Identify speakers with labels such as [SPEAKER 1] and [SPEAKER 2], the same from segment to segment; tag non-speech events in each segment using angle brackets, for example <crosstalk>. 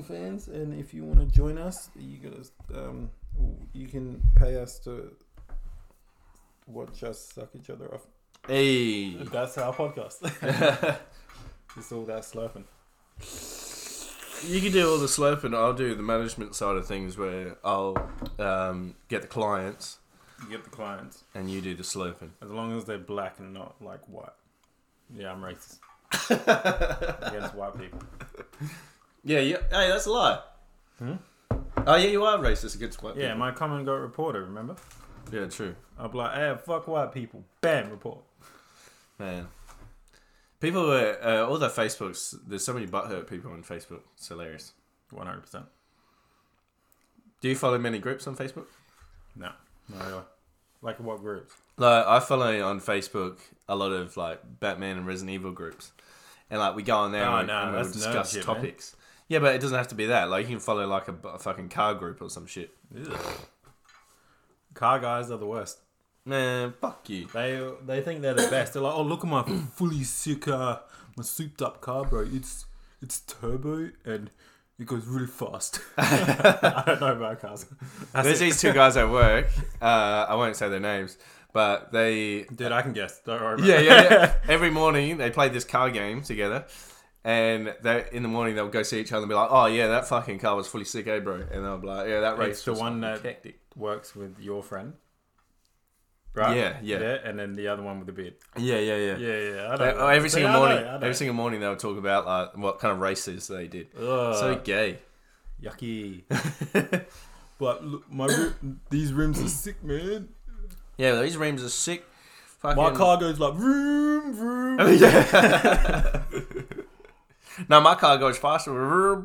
[SPEAKER 1] OnlyFans, and if you want to join us, you gotta um, you can pay us to watch us suck each other off.
[SPEAKER 2] Hey.
[SPEAKER 1] That's our podcast. <laughs> it's all that slurping.
[SPEAKER 2] You can do all the slurping. I'll do the management side of things where I'll um, get the clients
[SPEAKER 1] You get the clients
[SPEAKER 2] and you do the slurping.
[SPEAKER 1] as long as they're black and not like white. Yeah, I'm <laughs> racist against white people.
[SPEAKER 2] yeah, yeah. Hey, that's a lie. Oh, yeah, you are racist against white
[SPEAKER 1] Yeah,
[SPEAKER 2] people.
[SPEAKER 1] my common goat reporter. Remember?
[SPEAKER 2] Yeah, true.
[SPEAKER 1] I'll be like, hey, fuck white people. Bam, report.
[SPEAKER 2] Man. People were, uh, all their Facebooks, there's so many butthurt people on Facebook. It's hilarious.
[SPEAKER 1] One hundred percent.
[SPEAKER 2] Do you follow many groups on Facebook?
[SPEAKER 1] No, not really. Like what groups?
[SPEAKER 2] Like, I follow on Facebook a lot of, like, Batman and Resident Evil groups. And, like, we go on there
[SPEAKER 1] Oh,
[SPEAKER 2] and, we-
[SPEAKER 1] no,
[SPEAKER 2] and we'll
[SPEAKER 1] that's nerd
[SPEAKER 2] discuss
[SPEAKER 1] shit, man.
[SPEAKER 2] topics. Yeah, but it doesn't have to be that. Like, you can follow, like, a, bu- a fucking car group or some shit.
[SPEAKER 1] Car guys are the worst.
[SPEAKER 2] Man, fuck you.
[SPEAKER 1] They they think they're the best. They're like, oh look at my fully sick, uh, my souped up car, bro. It's it's turbo and it goes really fast. <laughs> I don't know about cars. That's
[SPEAKER 2] There's
[SPEAKER 1] it.
[SPEAKER 2] these two guys
[SPEAKER 1] <laughs>
[SPEAKER 2] at work. Uh, I won't say their names, but they
[SPEAKER 1] <laughs> Dude, I can guess. Don't worry. About
[SPEAKER 2] yeah,
[SPEAKER 1] it.
[SPEAKER 2] yeah, yeah. <laughs> Every morning they play this car game together, and they in the morning they'll go see each other and be like, "Oh yeah, that fucking car was fully sick, eh, bro?" And they'll be like, "Yeah, that race
[SPEAKER 1] It's the
[SPEAKER 2] was
[SPEAKER 1] one
[SPEAKER 2] fucking
[SPEAKER 1] that
[SPEAKER 2] hectic."
[SPEAKER 1] <laughs> works with your friend, right?
[SPEAKER 2] Yeah, yeah.
[SPEAKER 1] and then the other one with the beard.
[SPEAKER 2] Yeah, yeah, yeah.
[SPEAKER 1] Yeah, yeah. I
[SPEAKER 2] They-
[SPEAKER 1] don't know.
[SPEAKER 2] oh, every
[SPEAKER 1] See,
[SPEAKER 2] single
[SPEAKER 1] I know,
[SPEAKER 2] morning,
[SPEAKER 1] I know.
[SPEAKER 2] every single morning they'll talk about like what kind of races they did.
[SPEAKER 1] Ugh.
[SPEAKER 2] so gay.
[SPEAKER 1] Yucky.
[SPEAKER 2] <laughs>
[SPEAKER 1] but look, my rim, these rims are sick, man.
[SPEAKER 2] Yeah, these rims are sick. Fucking...
[SPEAKER 1] My car goes like vroom vroom.
[SPEAKER 2] <laughs> yeah. no, my car goes faster.
[SPEAKER 1] Oh,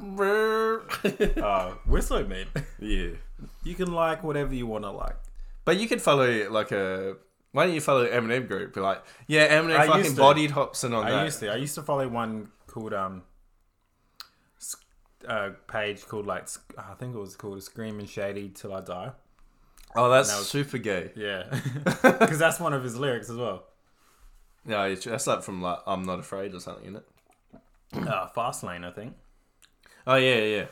[SPEAKER 1] we're so mean. <laughs>
[SPEAKER 2] yeah.
[SPEAKER 1] You can like whatever you want to like.
[SPEAKER 2] But you could follow like a. Why don't you follow Eminem group? Be like, yeah,
[SPEAKER 1] I
[SPEAKER 2] Eminem
[SPEAKER 1] used
[SPEAKER 2] fucking
[SPEAKER 1] to.
[SPEAKER 2] bodied Hobson on
[SPEAKER 1] I
[SPEAKER 2] that.
[SPEAKER 1] used to. I used to follow one called um, s- uh, page called like s- I think it was called "Screaming Shady Till I Die."
[SPEAKER 2] oh, that's
[SPEAKER 1] And I was-
[SPEAKER 2] super gay.
[SPEAKER 1] <laughs> Yeah, because that's one of his lyrics as well.
[SPEAKER 2] No, it's- that's like from like I'm not afraid or something, isn't it?
[SPEAKER 1] Uh, fast lane, I think.
[SPEAKER 2] Oh yeah, yeah. yeah.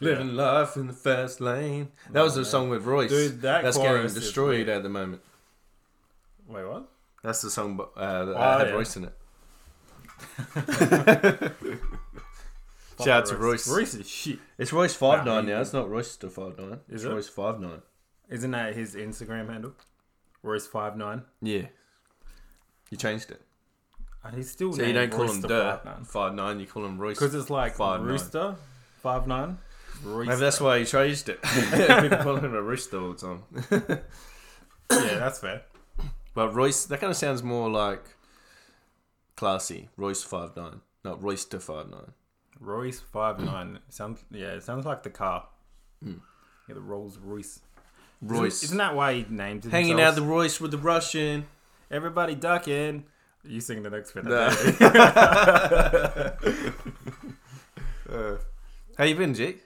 [SPEAKER 2] Living life in the fast lane. That was a song with Royce.
[SPEAKER 1] Dude, that
[SPEAKER 2] that's
[SPEAKER 1] chorus
[SPEAKER 2] getting
[SPEAKER 1] is
[SPEAKER 2] destroyed at the moment.
[SPEAKER 1] Wait, what?
[SPEAKER 2] That's the song uh, that
[SPEAKER 1] Oh,
[SPEAKER 2] had
[SPEAKER 1] yeah.
[SPEAKER 2] Royce in <laughs> it.
[SPEAKER 1] Fuck
[SPEAKER 2] Shout out to Royce.
[SPEAKER 1] Royce is shit.
[SPEAKER 2] It's Royce five nine
[SPEAKER 1] Nah,
[SPEAKER 2] now. It's not Royce to five nine.
[SPEAKER 1] Is
[SPEAKER 2] It's
[SPEAKER 1] it?
[SPEAKER 2] Royce five nine.
[SPEAKER 1] Isn't that his Instagram handle? Royce five nine.
[SPEAKER 2] Yeah. You changed it.
[SPEAKER 1] And he's still
[SPEAKER 2] So you don't
[SPEAKER 1] named
[SPEAKER 2] call him
[SPEAKER 1] Royster
[SPEAKER 2] Dirt five nine. You call him Royce.
[SPEAKER 1] because it's like
[SPEAKER 2] 5'9".
[SPEAKER 1] Rooster five nine. Royster.
[SPEAKER 2] Maybe that's why he changed it. <laughs> People call him a rooster all the time.
[SPEAKER 1] yeah, that's fair.
[SPEAKER 2] But Royce, that kind of sounds more like classy. Royce five nine, not Royster five nine.
[SPEAKER 1] Royce five nine sounds yeah, it sounds like the car. Yeah, the Rolls Royce.
[SPEAKER 2] Hmm. Royce
[SPEAKER 1] isn't, isn't that why he named it?
[SPEAKER 2] hanging out
[SPEAKER 1] himself?
[SPEAKER 2] the Royce with the Russian.
[SPEAKER 1] everybody ducking. You sing the next bit.
[SPEAKER 2] No. How you been, Jake?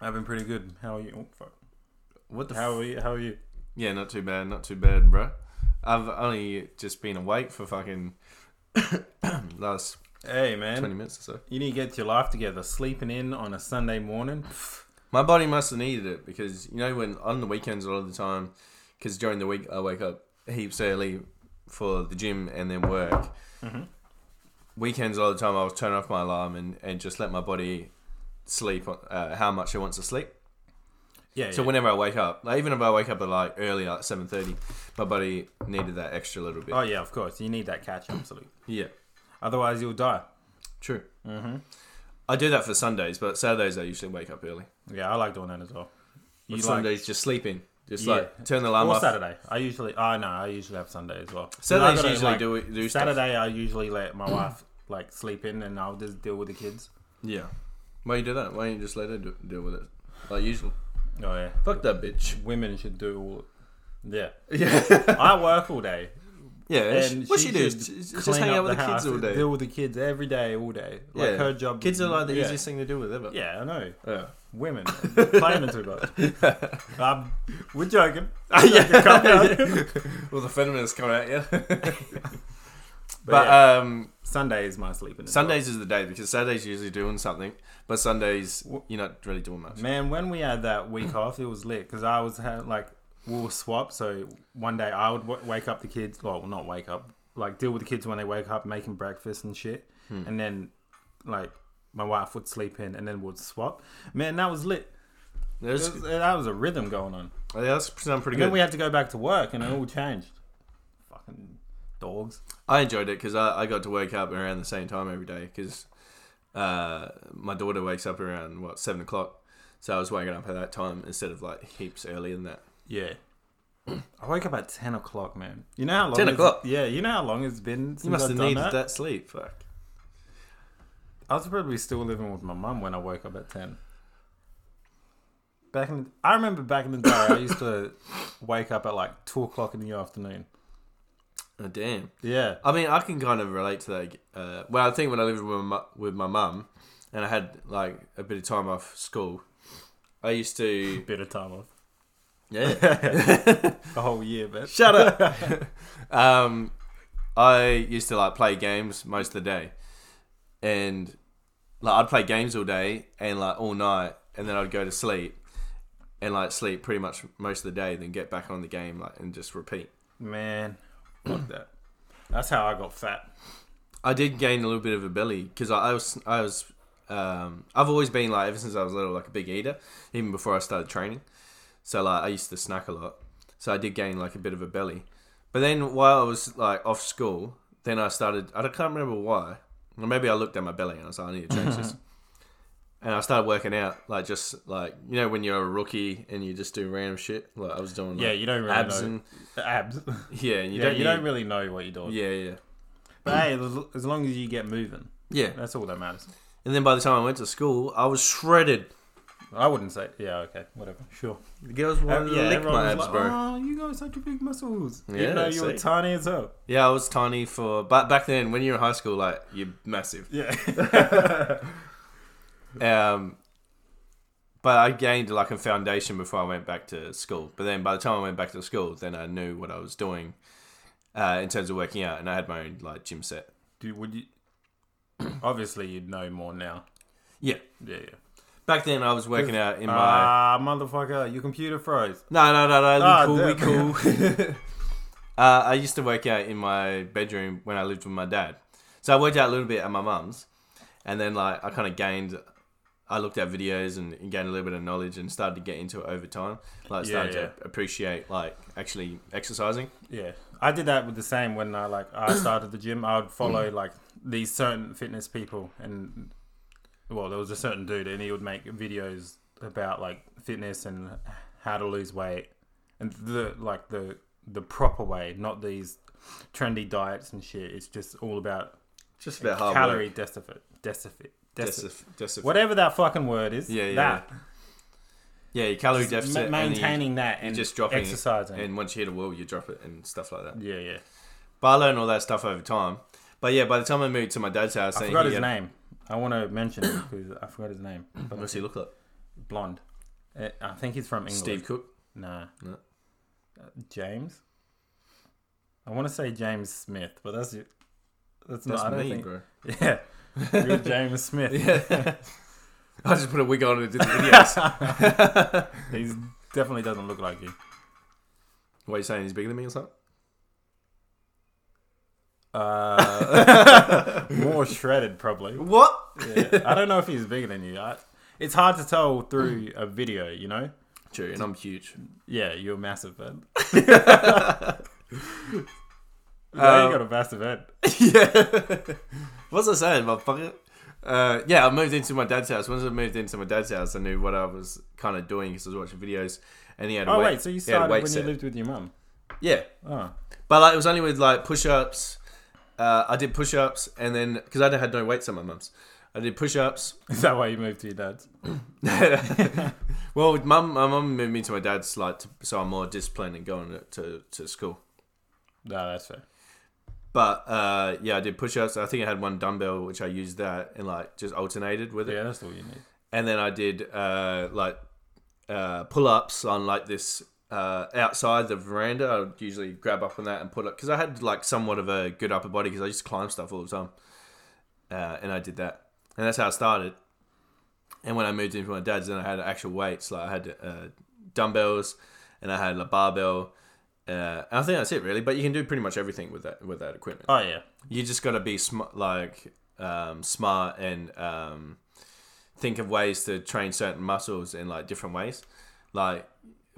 [SPEAKER 1] I've been pretty good. How are you? Oh, fuck.
[SPEAKER 2] What the?
[SPEAKER 1] How
[SPEAKER 2] f-
[SPEAKER 1] are you? How are you?
[SPEAKER 2] yeah, not too bad, not too bad, bro. I've only just been awake for fucking <coughs> last
[SPEAKER 1] Hey man,
[SPEAKER 2] twenty minutes or so.
[SPEAKER 1] you need to get your life together. Sleeping in on a Sunday
[SPEAKER 2] <sighs>
[SPEAKER 1] morning.
[SPEAKER 2] My body must have needed it because you know when on the weekends a lot of the time, because during the week I wake up heaps early for the gym and then work.
[SPEAKER 1] Mm-hmm.
[SPEAKER 2] Weekends a lot of the time I'll turn off my alarm and, and just let my body sleep uh, how much it wants to sleep.
[SPEAKER 1] Yeah.
[SPEAKER 2] So whenever I wake up, like even if I wake up at like early, like seven thirty, my body needed that extra little bit.
[SPEAKER 1] Oh yeah, of course. You need that catch absolutely.
[SPEAKER 2] yeah,
[SPEAKER 1] Otherwise, you'll die.
[SPEAKER 2] true. Mm-hmm. I do that for Sundays, but Saturdays I usually wake up early.
[SPEAKER 1] Yeah, I like doing that as well. You like
[SPEAKER 2] But Sundays just sleeping, just
[SPEAKER 1] Yeah.
[SPEAKER 2] like turn the
[SPEAKER 1] or
[SPEAKER 2] alarm off.
[SPEAKER 1] Saturday? I usually. Oh no, I usually have Sunday as well. 'Cause I
[SPEAKER 2] Saturdays
[SPEAKER 1] gotta,
[SPEAKER 2] usually
[SPEAKER 1] like,
[SPEAKER 2] do do stuff.
[SPEAKER 1] Saturday, I usually let my wife <clears throat> like sleep in, and I'll just deal with the kids.
[SPEAKER 2] Yeah. Why you do that? Why don't you just let her do, deal with it? Like usual.
[SPEAKER 1] Oh yeah,
[SPEAKER 2] Fuck that bitch.
[SPEAKER 1] women should do all. Yeah,
[SPEAKER 2] <laughs> Yeah.
[SPEAKER 1] <laughs> I work all day.
[SPEAKER 2] yeah.
[SPEAKER 1] And
[SPEAKER 2] what she, does?
[SPEAKER 1] should
[SPEAKER 2] Just
[SPEAKER 1] clean
[SPEAKER 2] just hang
[SPEAKER 1] up
[SPEAKER 2] out with the,
[SPEAKER 1] house,
[SPEAKER 2] kids all day.
[SPEAKER 1] Deal with the kids every day, all day.
[SPEAKER 2] yeah.
[SPEAKER 1] Like her job.
[SPEAKER 2] Kids are like the
[SPEAKER 1] yeah.
[SPEAKER 2] easiest thing to deal with ever.
[SPEAKER 1] Yeah, I know.
[SPEAKER 2] Yeah. <laughs>
[SPEAKER 1] Women playing into much. Um, we're joking.
[SPEAKER 2] <laughs> yeah. <laughs>
[SPEAKER 1] Come on.
[SPEAKER 2] well, the feminists come at you.
[SPEAKER 1] But,
[SPEAKER 2] But
[SPEAKER 1] yeah,
[SPEAKER 2] um,
[SPEAKER 1] Sunday is my sleeping. as
[SPEAKER 2] Sundays is the day because Saturdays usually doing something, but Sundays you're not really doing much.
[SPEAKER 1] well. Man, when we had that week off, it was lit because I was ha- like, we were swapped. So one day I would w- wake up the kids. Well, not wake up, like deal with the kids when they wake up, making breakfast and shit.
[SPEAKER 2] Hmm.
[SPEAKER 1] And then, like, my wife would sleep in, and then we'd swap. Man, that was lit.
[SPEAKER 2] There's,
[SPEAKER 1] It was- that was a rhythm going on.
[SPEAKER 2] yeah, that's sound pretty
[SPEAKER 1] And then
[SPEAKER 2] good.
[SPEAKER 1] we had to go back to work, and it all changed. Fucking dogs.
[SPEAKER 2] I enjoyed it because I, I got to wake up around the same time every day because uh, my daughter wakes up around what seven o'clock, so I was waking up at that time instead of like heaps earlier than that.
[SPEAKER 1] Yeah. <clears throat> I wake up at ten o'clock, man. You know how long?
[SPEAKER 2] 10
[SPEAKER 1] it's-
[SPEAKER 2] o'clock?
[SPEAKER 1] Yeah, you know how long it's been. Since
[SPEAKER 2] You must
[SPEAKER 1] I've
[SPEAKER 2] have
[SPEAKER 1] done
[SPEAKER 2] needed
[SPEAKER 1] that?
[SPEAKER 2] that? sleep. Fuck.
[SPEAKER 1] I was probably still living with my mum when I woke up at ten. Back in, I remember back in the day, I used to wake up at like two o'clock in the afternoon.
[SPEAKER 2] Oh, damn.
[SPEAKER 1] Yeah,
[SPEAKER 2] I mean, I can kind of relate to that. Uh, well, I think when I lived with my, mu- with my mum and I had like a bit of time off school, I
[SPEAKER 1] <laughs>
[SPEAKER 2] used to.
[SPEAKER 1] bit of time off,
[SPEAKER 2] Yeah.
[SPEAKER 1] a whole year, but
[SPEAKER 2] Shut up. <laughs> um, I used to like play games most of the day, and like I'd play games all day and like all night, and then I'd go to sleep and like sleep pretty much most of the day, then get back on the game like and just repeat.
[SPEAKER 1] man, fuck that. That's how I got fat.
[SPEAKER 2] I did gain a little bit of a belly because I, I was I was um, I've always been like ever since I was little like a big eater, even before I started training. So like I used to snack a lot, so I did gain like a bit of a belly. But then while I was like off school, then I started I can't remember why. Or maybe I looked at my belly and I was like, I need to
[SPEAKER 1] <laughs>
[SPEAKER 2] change this. And I started working out, like just like you know when you're a rookie and you just do random shit. Like I was doing,
[SPEAKER 1] Yeah,
[SPEAKER 2] like,
[SPEAKER 1] you don't really
[SPEAKER 2] abs
[SPEAKER 1] know
[SPEAKER 2] and-
[SPEAKER 1] abs. <laughs>
[SPEAKER 2] yeah, and you
[SPEAKER 1] Yeah,
[SPEAKER 2] don't,
[SPEAKER 1] you don't really know what you're doing.
[SPEAKER 2] yeah, yeah,
[SPEAKER 1] But hey, as- as long as you get moving,
[SPEAKER 2] yeah.
[SPEAKER 1] that's all that matters.
[SPEAKER 2] And then by the time I went to school, I was shredded.
[SPEAKER 1] I wouldn't say. Yeah, okay, whatever. Sure.
[SPEAKER 2] The girls
[SPEAKER 1] Uh,
[SPEAKER 2] wanted to lick
[SPEAKER 1] everyone was
[SPEAKER 2] my abs,
[SPEAKER 1] like,
[SPEAKER 2] bro.
[SPEAKER 1] Oh, you got such big muscles. Yeah,
[SPEAKER 2] Yeah,
[SPEAKER 1] Even though you were
[SPEAKER 2] see?
[SPEAKER 1] tiny as hell.
[SPEAKER 2] Yeah, I was tiny for, but back then when you were in high school, like you're massive.
[SPEAKER 1] Yeah.
[SPEAKER 2] <laughs> Um, but I gained like a foundation before I went back to school. But then by the time I went back to school, then I knew what I was doing uh, in terms of working out, and I had my own like gym set.
[SPEAKER 1] Dude, would you? <clears throat> Obviously, you'd know more now.
[SPEAKER 2] Yeah,
[SPEAKER 1] Yeah, yeah.
[SPEAKER 2] back then I was working out in my.
[SPEAKER 1] Ah, motherfucker, your computer froze.
[SPEAKER 2] No, no, no, no.
[SPEAKER 1] Ah,
[SPEAKER 2] we
[SPEAKER 1] damn.
[SPEAKER 2] cool,
[SPEAKER 1] <laughs>
[SPEAKER 2] we cool. uh, I used to work out in my bedroom when I lived with my dad. So I worked out a little bit at my mum's, and then like I kind of gained. I looked at videos and gained a little bit of knowledge and started to get into it over time. Like
[SPEAKER 1] Yeah,
[SPEAKER 2] started
[SPEAKER 1] yeah.
[SPEAKER 2] to appreciate like actually exercising.
[SPEAKER 1] Yeah, I did that with the same when I like I started the gym. I would follow like these certain fitness people, and well, there was a certain dude, and he would make videos about like fitness and how to lose weight, and the like the the proper way, not these trendy diets and shit. It's just all about
[SPEAKER 2] Just about hard
[SPEAKER 1] calorie deficit, deficit, deficit,
[SPEAKER 2] deficit. deficit.
[SPEAKER 1] whatever that fucking word is.
[SPEAKER 2] Yeah, yeah,
[SPEAKER 1] that.
[SPEAKER 2] Yeah, your calorie
[SPEAKER 1] Ma-
[SPEAKER 2] deficit. and then you-
[SPEAKER 1] maintaining that and
[SPEAKER 2] just dropping it
[SPEAKER 1] exercising.
[SPEAKER 2] and once you hit a wall, you drop it and stuff like that.
[SPEAKER 1] yeah, yeah.
[SPEAKER 2] But I learned all that stuff over time. But yeah, by the time I moved to my dad's house,
[SPEAKER 1] I
[SPEAKER 2] and
[SPEAKER 1] forgot
[SPEAKER 2] he uh,
[SPEAKER 1] his
[SPEAKER 2] had-
[SPEAKER 1] name. I want to mention it because I forgot his
[SPEAKER 2] <clears throat>
[SPEAKER 1] name. But
[SPEAKER 2] What's he look like?
[SPEAKER 1] blonde. Uh, I think he's from England.
[SPEAKER 2] Steve Cook.
[SPEAKER 1] Nah.
[SPEAKER 2] No.
[SPEAKER 1] Uh, James. I want to say James Smith, but that's it. That's,
[SPEAKER 2] That's
[SPEAKER 1] not. I don't
[SPEAKER 2] me,
[SPEAKER 1] think.
[SPEAKER 2] bro.
[SPEAKER 1] <laughs> Yeah.
[SPEAKER 2] <laughs>
[SPEAKER 1] You're James Smith.
[SPEAKER 2] Yeah. <laughs> I just put a wig on and did <laughs> the videos.
[SPEAKER 1] <laughs> He definitely doesn't look like you.
[SPEAKER 2] what are you saying? He's bigger than me or something? <laughs>
[SPEAKER 1] Uh, <laughs> more shredded, probably.
[SPEAKER 2] What?
[SPEAKER 1] Yeah. I don't know if he's bigger than you. I, it's hard to tell through a video, you know.
[SPEAKER 2] True, and I'm huge.
[SPEAKER 1] Yeah, you're massive, <laughs> man.
[SPEAKER 2] Uh,
[SPEAKER 1] you got a massive head.
[SPEAKER 2] <laughs> yeah. What's I saying, motherfucker? Uh, yeah, I moved into my dad's house. Once I moved into my dad's house, I knew what I was kind of doing because I was watching videos, and he had. A
[SPEAKER 1] Oh
[SPEAKER 2] weight,
[SPEAKER 1] wait, so you
[SPEAKER 2] he had a
[SPEAKER 1] started
[SPEAKER 2] weight
[SPEAKER 1] when
[SPEAKER 2] set.
[SPEAKER 1] you lived with your mum?
[SPEAKER 2] Yeah,
[SPEAKER 1] Oh, <laughs>
[SPEAKER 2] but like it was only with like push-ups. Uh, I did push-ups, and then because I had no weights at my mum's, I did push-ups,
[SPEAKER 1] is that why you moved to your dad's?
[SPEAKER 2] well, with mum, my mum moved me to my dad's, like, to, so I'm more disciplined and going to, to school.
[SPEAKER 1] No, that's fair.
[SPEAKER 2] But uh, yeah, I did push ups. I think I had one dumbbell, which I used that and like just alternated with it.
[SPEAKER 1] Yeah, that's all you need.
[SPEAKER 2] And then I did uh, like uh, pull ups on like this uh, outside the veranda. I would usually grab up on that and put it because I had like somewhat of a good upper body because I used to climb stuff all the time, uh, and I did that, and that's how I started. And when I moved into my dad's, then I had actual weights. Like I had uh, dumbbells, and I had a barbell. Uh, I think that's it really. But you can do pretty much everything with that with that equipment.
[SPEAKER 1] Oh yeah.
[SPEAKER 2] You just got to be sm- like um, smart and um, think of ways to train certain muscles in like different ways. Like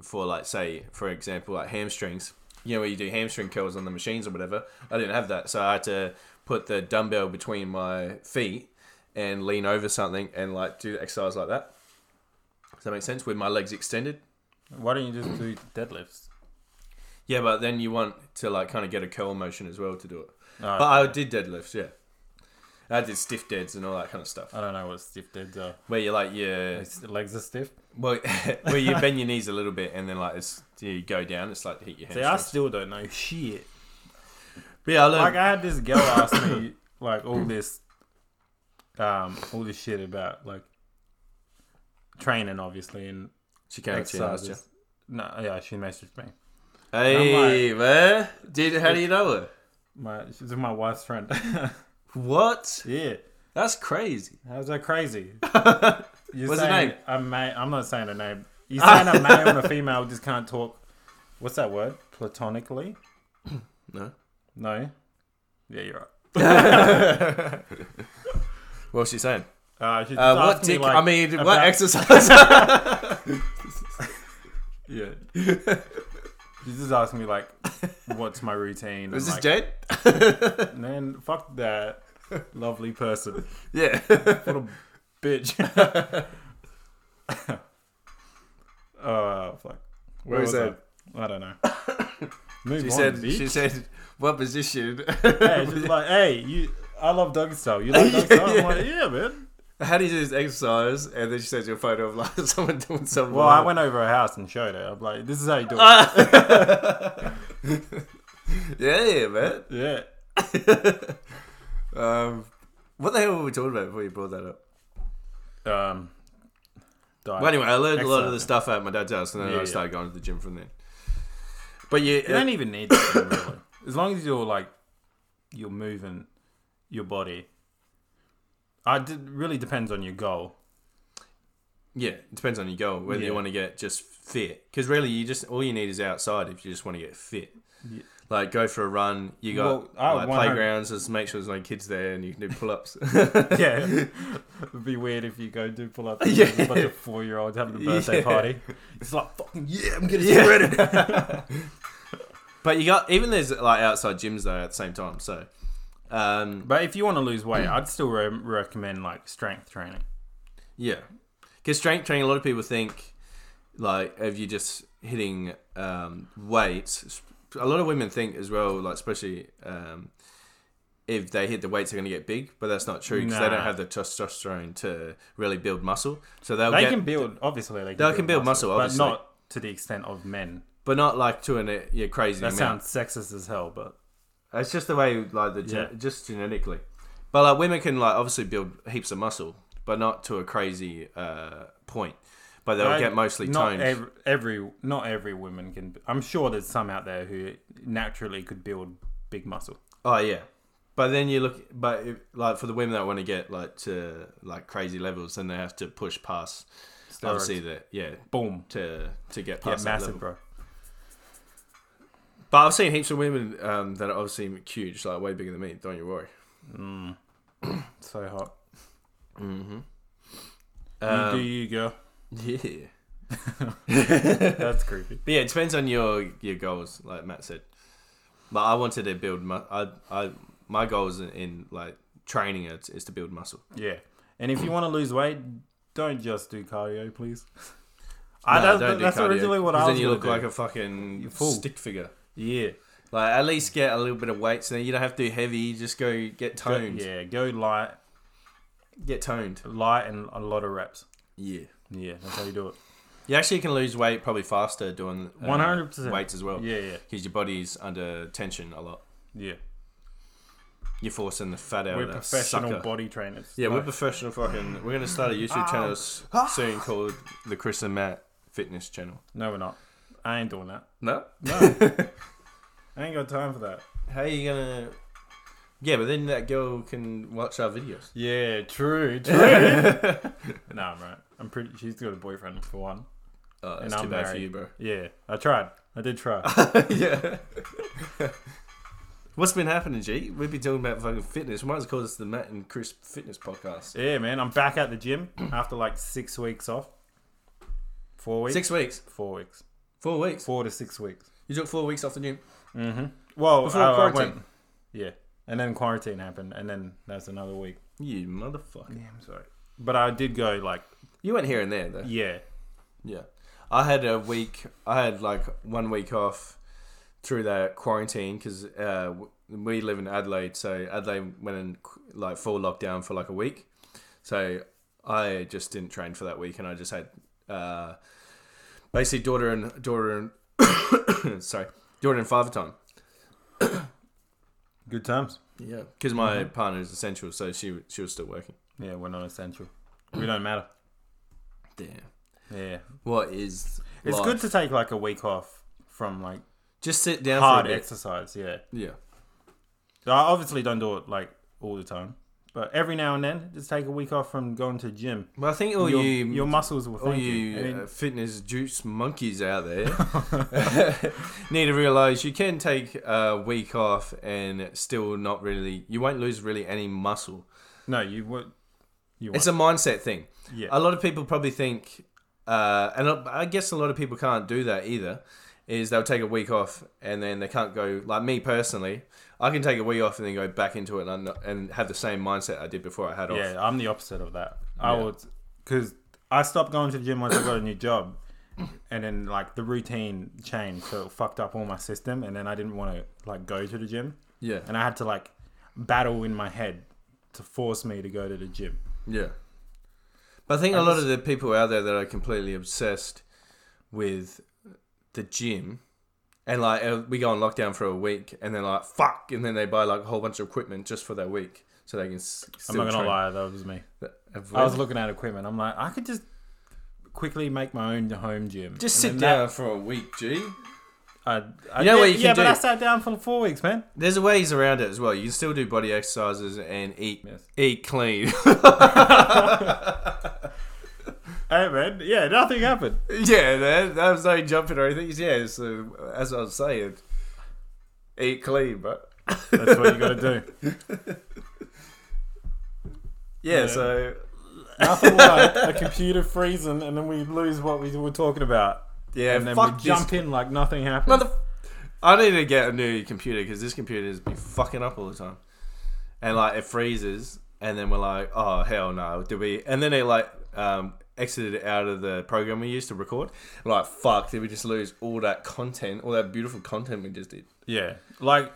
[SPEAKER 2] for like say for example like hamstrings. You know where you do hamstring curls on the machines or whatever. I didn't have that, so I had to put the dumbbell between my feet and lean over something and like do exercise like that. Does that make sense? With my legs extended.
[SPEAKER 1] Why don't you just do deadlifts?
[SPEAKER 2] Yeah, but then you want to like kind of get a curl motion as well to do it.
[SPEAKER 1] Oh,
[SPEAKER 2] But I did deadlifts, yeah. I did stiff deads and all that kind of stuff.
[SPEAKER 1] I don't know what stiff deads are.
[SPEAKER 2] Where you're like, yeah,
[SPEAKER 1] His legs are stiff.
[SPEAKER 2] well, <laughs> where you bend your knees a little bit and then like it's you go down. It's like to hit your
[SPEAKER 1] See, I
[SPEAKER 2] hamstrings.
[SPEAKER 1] still don't know shit.
[SPEAKER 2] But yeah, I learned.
[SPEAKER 1] Like I had this girl ask me like all this, um, all this shit about like training, obviously, and
[SPEAKER 2] she came up to you and asked you.
[SPEAKER 1] exercises. No, yeah, she messaged me.
[SPEAKER 2] Hey, man, dude, how do you know her?
[SPEAKER 1] My she's my wife's friend. <laughs>
[SPEAKER 2] What?
[SPEAKER 1] yeah,
[SPEAKER 2] That's crazy.
[SPEAKER 1] how's that
[SPEAKER 2] <laughs>
[SPEAKER 1] crazy? You're
[SPEAKER 2] What's her
[SPEAKER 1] saying
[SPEAKER 2] name?
[SPEAKER 1] A ma- I'm not saying a name. You're saying a male and a female just can't talk. What's that word? Platonically?
[SPEAKER 2] No.
[SPEAKER 1] No. Yeah, you're right.
[SPEAKER 2] What's she saying?
[SPEAKER 1] Uh, she just
[SPEAKER 2] Uh, what
[SPEAKER 1] asked me,
[SPEAKER 2] dick?
[SPEAKER 1] like,
[SPEAKER 2] I mean, what
[SPEAKER 1] about-
[SPEAKER 2] exercise? <laughs>
[SPEAKER 1] <laughs> Yeah. She's just asking me like, what's my routine?
[SPEAKER 2] <laughs> Was this
[SPEAKER 1] and,
[SPEAKER 2] Jade?
[SPEAKER 1] like, man, fuck that lovely person. <laughs>
[SPEAKER 2] Yeah.
[SPEAKER 1] What a bitch. Oh fuck.
[SPEAKER 2] What was that?
[SPEAKER 1] I? I don't
[SPEAKER 2] <coughs>
[SPEAKER 1] know. Move
[SPEAKER 2] She
[SPEAKER 1] on,
[SPEAKER 2] said.
[SPEAKER 1] bitch. <laughs>
[SPEAKER 2] She said. What position?
[SPEAKER 1] Hey, she's like, hey, you. I love dog style. You like dog style? I'm like, yeah, man.
[SPEAKER 2] <laughs> How do you do this exercise? And then she sends you a photo of like <laughs> someone doing something.
[SPEAKER 1] Well, I
[SPEAKER 2] wrong.
[SPEAKER 1] went over her house and showed her. I'm like, this is how you do it.
[SPEAKER 2] Yeah, man.
[SPEAKER 1] yeah.
[SPEAKER 2] Um, what the hell were we talking about before you brought that up?
[SPEAKER 1] Um. diet.
[SPEAKER 2] Well, anyway, I learned a lot
[SPEAKER 1] Excellent.
[SPEAKER 2] of the stuff at my dad's house, and then
[SPEAKER 1] Yeah,
[SPEAKER 2] I
[SPEAKER 1] yeah.
[SPEAKER 2] started going to the gym from there. But yeah, uh,
[SPEAKER 1] You don't even need to really. As long as you're like you're moving your body. Uh, It d- really depends on your <laughs> goal.
[SPEAKER 2] yeah, it depends on your goal whether
[SPEAKER 1] Yeah.
[SPEAKER 2] you want to get just fit. Because really, you just all you need is outside if you just want to get fit.
[SPEAKER 1] Yeah.
[SPEAKER 2] Like go for a run. You got
[SPEAKER 1] Well, I
[SPEAKER 2] like
[SPEAKER 1] 100
[SPEAKER 2] playgrounds. Just make sure there's no kids there, and you can do pull-ups.
[SPEAKER 1] Yeah. It'd be weird if you go do pull <laughs> up
[SPEAKER 2] Yeah.
[SPEAKER 1] a bunch of four year olds having a birthday
[SPEAKER 2] Yeah.
[SPEAKER 1] party. It's like fucking <laughs> yeah,
[SPEAKER 2] <laughs>
[SPEAKER 1] I'm gonna
[SPEAKER 2] but you got even there's like outside gyms though at the same time. So um,
[SPEAKER 1] But if you want to lose weight, I'd still re- recommend like strength training.
[SPEAKER 2] yeah, because strength training a lot of people think like if you're just hitting um, weights. A lot of women think as well, like especially um, if they hit the weights, they're going to get big. But that's not true because they don't
[SPEAKER 1] Nah.
[SPEAKER 2] have the testosterone to really build muscle. So they'll
[SPEAKER 1] They
[SPEAKER 2] get,
[SPEAKER 1] can build, obviously, they can,
[SPEAKER 2] They can build muscle,
[SPEAKER 1] but
[SPEAKER 2] obviously.
[SPEAKER 1] not to the extent of men.
[SPEAKER 2] but not like to an yeah crazy.
[SPEAKER 1] That
[SPEAKER 2] amount.
[SPEAKER 1] sounds sexist as hell, but
[SPEAKER 2] It's just the way, like the gen-
[SPEAKER 1] Yeah.
[SPEAKER 2] just genetically, but like women can like obviously build heaps of muscle, but not to a crazy uh, point. But they'll
[SPEAKER 1] I-
[SPEAKER 2] get mostly
[SPEAKER 1] not
[SPEAKER 2] toned.
[SPEAKER 1] Every, every not every woman can. I'm sure there's some out there who naturally could build big muscle.
[SPEAKER 2] oh yeah, but then you look, but if, like for the women that want to get like to like crazy levels, then they have to push past obviously
[SPEAKER 1] Steroids.
[SPEAKER 2] the yeah
[SPEAKER 1] boom,
[SPEAKER 2] to to get
[SPEAKER 1] yeah,
[SPEAKER 2] past that
[SPEAKER 1] massive,
[SPEAKER 2] level.
[SPEAKER 1] bro.
[SPEAKER 2] But I've seen heaps of women um, that are obviously huge, like way bigger than me. Don't you worry.
[SPEAKER 1] Mm. so hot.
[SPEAKER 2] Mm-hmm. Um,
[SPEAKER 1] you do you,
[SPEAKER 2] <laughs>
[SPEAKER 1] girl.
[SPEAKER 2] yeah.
[SPEAKER 1] That's creepy.
[SPEAKER 2] But yeah, it depends on your your goals, like Matt said. But I wanted to build my I, I my goals in, in like training is, is to build muscle.
[SPEAKER 1] Yeah, and if you want to lose weight, don't just do cardio,
[SPEAKER 2] <laughs>
[SPEAKER 1] please.
[SPEAKER 2] No,
[SPEAKER 1] I don't,
[SPEAKER 2] don't do
[SPEAKER 1] that's
[SPEAKER 2] cardio,
[SPEAKER 1] originally what
[SPEAKER 2] 'cause
[SPEAKER 1] I
[SPEAKER 2] Then
[SPEAKER 1] was.
[SPEAKER 2] you
[SPEAKER 1] gonna
[SPEAKER 2] look like
[SPEAKER 1] do.
[SPEAKER 2] a fucking
[SPEAKER 1] You're full.
[SPEAKER 2] stick figure.
[SPEAKER 1] yeah,
[SPEAKER 2] Like at least get a little bit of weight, so then you don't have to do heavy. You just go get
[SPEAKER 1] go,
[SPEAKER 2] toned.
[SPEAKER 1] yeah, go light,
[SPEAKER 2] Get toned.
[SPEAKER 1] light, and a lot of reps.
[SPEAKER 2] Yeah.
[SPEAKER 1] Yeah, that's how you do it.
[SPEAKER 2] You actually can lose weight probably faster doing uh,
[SPEAKER 1] 100%.
[SPEAKER 2] weights as well.
[SPEAKER 1] Yeah, yeah,
[SPEAKER 2] Because your body's under tension a lot.
[SPEAKER 1] yeah.
[SPEAKER 2] You're forcing the fat out
[SPEAKER 1] We're
[SPEAKER 2] of that
[SPEAKER 1] professional
[SPEAKER 2] sucker.
[SPEAKER 1] body trainers.
[SPEAKER 2] Yeah, we're
[SPEAKER 1] Like,
[SPEAKER 2] professional fucking. We're gonna start a YouTube channel s- soon called the Chris and Matt Fitness Channel.
[SPEAKER 1] no, we're not. I ain't doing that.
[SPEAKER 2] No.
[SPEAKER 1] <laughs> No, I ain't got time for that.
[SPEAKER 2] How are you gonna? Yeah, but then that girl can watch our videos.
[SPEAKER 1] Yeah, <laughs> true, true. nah, I'm right. I'm pretty. She's got a boyfriend for one.
[SPEAKER 2] Oh,
[SPEAKER 1] And
[SPEAKER 2] that's too
[SPEAKER 1] I'm
[SPEAKER 2] bad for
[SPEAKER 1] married.
[SPEAKER 2] you, bro.
[SPEAKER 1] Yeah, I tried. I did try. <laughs>
[SPEAKER 2] yeah. What's been happening, G? We've been talking about fucking fitness. We might as well call this the Matt and Chris Fitness Podcast.
[SPEAKER 1] yeah, man. I'm back at the gym after like six weeks off. Four weeks.
[SPEAKER 2] Six weeks,
[SPEAKER 1] Four weeks.
[SPEAKER 2] four weeks.
[SPEAKER 1] Four to six weeks.
[SPEAKER 2] You took four weeks off the gym.
[SPEAKER 1] Mm-hmm. Well,
[SPEAKER 2] Before
[SPEAKER 1] I, I
[SPEAKER 2] quarantine.
[SPEAKER 1] went- yeah, and then quarantine happened, and then that's another week.
[SPEAKER 2] You motherfucker.
[SPEAKER 1] I'm sorry, but I did go like
[SPEAKER 2] You went here and there though.
[SPEAKER 1] yeah,
[SPEAKER 2] Yeah. I had a week, I had like one week off through that quarantine because uh, w- we live in Adelaide. So Adelaide went in qu- like full lockdown for like a week. So I just didn't train for that week and I just had uh, basically daughter and daughter and <coughs> sorry, daughter and father time.
[SPEAKER 1] good times.
[SPEAKER 2] Yeah. Because my
[SPEAKER 1] Mm-hmm.
[SPEAKER 2] partner is essential. So she, she was still working.
[SPEAKER 1] Yeah, we're not essential. We don't matter.
[SPEAKER 2] Damn.
[SPEAKER 1] Yeah,
[SPEAKER 2] What is.
[SPEAKER 1] it's
[SPEAKER 2] life?
[SPEAKER 1] good to take like a week off from like
[SPEAKER 2] just sit down
[SPEAKER 1] hard
[SPEAKER 2] for a bit.
[SPEAKER 1] exercise. Yeah,
[SPEAKER 2] Yeah.
[SPEAKER 1] I obviously don't do it like all the time, but every now and then, just take a week off from going to the gym.
[SPEAKER 2] Well, I think all
[SPEAKER 1] your,
[SPEAKER 2] Oh, you
[SPEAKER 1] your muscles will
[SPEAKER 2] All
[SPEAKER 1] thank you.
[SPEAKER 2] you
[SPEAKER 1] I mean,
[SPEAKER 2] uh, fitness juice monkeys out there <laughs> need to realize you can take a week off and still not really, you won't lose really any muscle.
[SPEAKER 1] no, you would. You
[SPEAKER 2] It's
[SPEAKER 1] won't.
[SPEAKER 2] a mindset thing.
[SPEAKER 1] yeah,
[SPEAKER 2] A lot of people probably think, uh, and I I guess a lot of people can't do that either, is they'll take a week off and then they can't go, like me personally, I can take a week off and then go back into it and, I'm not- and have the same mindset I did before I had off.
[SPEAKER 1] Yeah, I'm the opposite of that. I
[SPEAKER 2] Yeah.
[SPEAKER 1] would, because I stopped going to the gym once I got a new job, and then like the routine changed, so it fucked up all my system, and then I didn't want to like go to the gym,
[SPEAKER 2] Yeah.
[SPEAKER 1] and I had to like battle in my head to force me to go to the gym.
[SPEAKER 2] Yeah. But I think a lot of the people out there that are completely obsessed with the gym and like uh, we go on lockdown for a week and they're like fuck and then they buy like a whole bunch of equipment just for that week so they can s-
[SPEAKER 1] I'm
[SPEAKER 2] still
[SPEAKER 1] not gonna
[SPEAKER 2] train.
[SPEAKER 1] lie, that was me. I was looking at equipment. I'm like, I could just quickly make my own home gym.
[SPEAKER 2] just sit
[SPEAKER 1] And
[SPEAKER 2] down
[SPEAKER 1] then
[SPEAKER 2] for a week, G.
[SPEAKER 1] that- I, I
[SPEAKER 2] You know
[SPEAKER 1] did-
[SPEAKER 2] what you can
[SPEAKER 1] yeah, but
[SPEAKER 2] do?
[SPEAKER 1] I sat down for four weeks, man.
[SPEAKER 2] There's ways around it as well. You can still do body exercises and eat
[SPEAKER 1] Yes.
[SPEAKER 2] eat clean. <laughs>
[SPEAKER 1] Hey, man. Yeah, nothing happened.
[SPEAKER 2] yeah, that, that was no jumping or anything. Yeah, so as I was saying, eat clean, but
[SPEAKER 1] That's what you gotta do.
[SPEAKER 2] <laughs> yeah,
[SPEAKER 1] Yeah.
[SPEAKER 2] so
[SPEAKER 1] Nothing like a computer freezing and then we lose what we were talking about.
[SPEAKER 2] yeah,
[SPEAKER 1] and then
[SPEAKER 2] fuck
[SPEAKER 1] we
[SPEAKER 2] this
[SPEAKER 1] jump in like nothing happened.
[SPEAKER 2] Mother, I need to get a new computer because this computer is be fucking up all the time, and like it freezes, and then we're like, oh hell no, did we? And then it like um, exited out of the program we used to record. We're like, fuck, did we just lose all that content, all that beautiful content we just did?
[SPEAKER 1] yeah. Like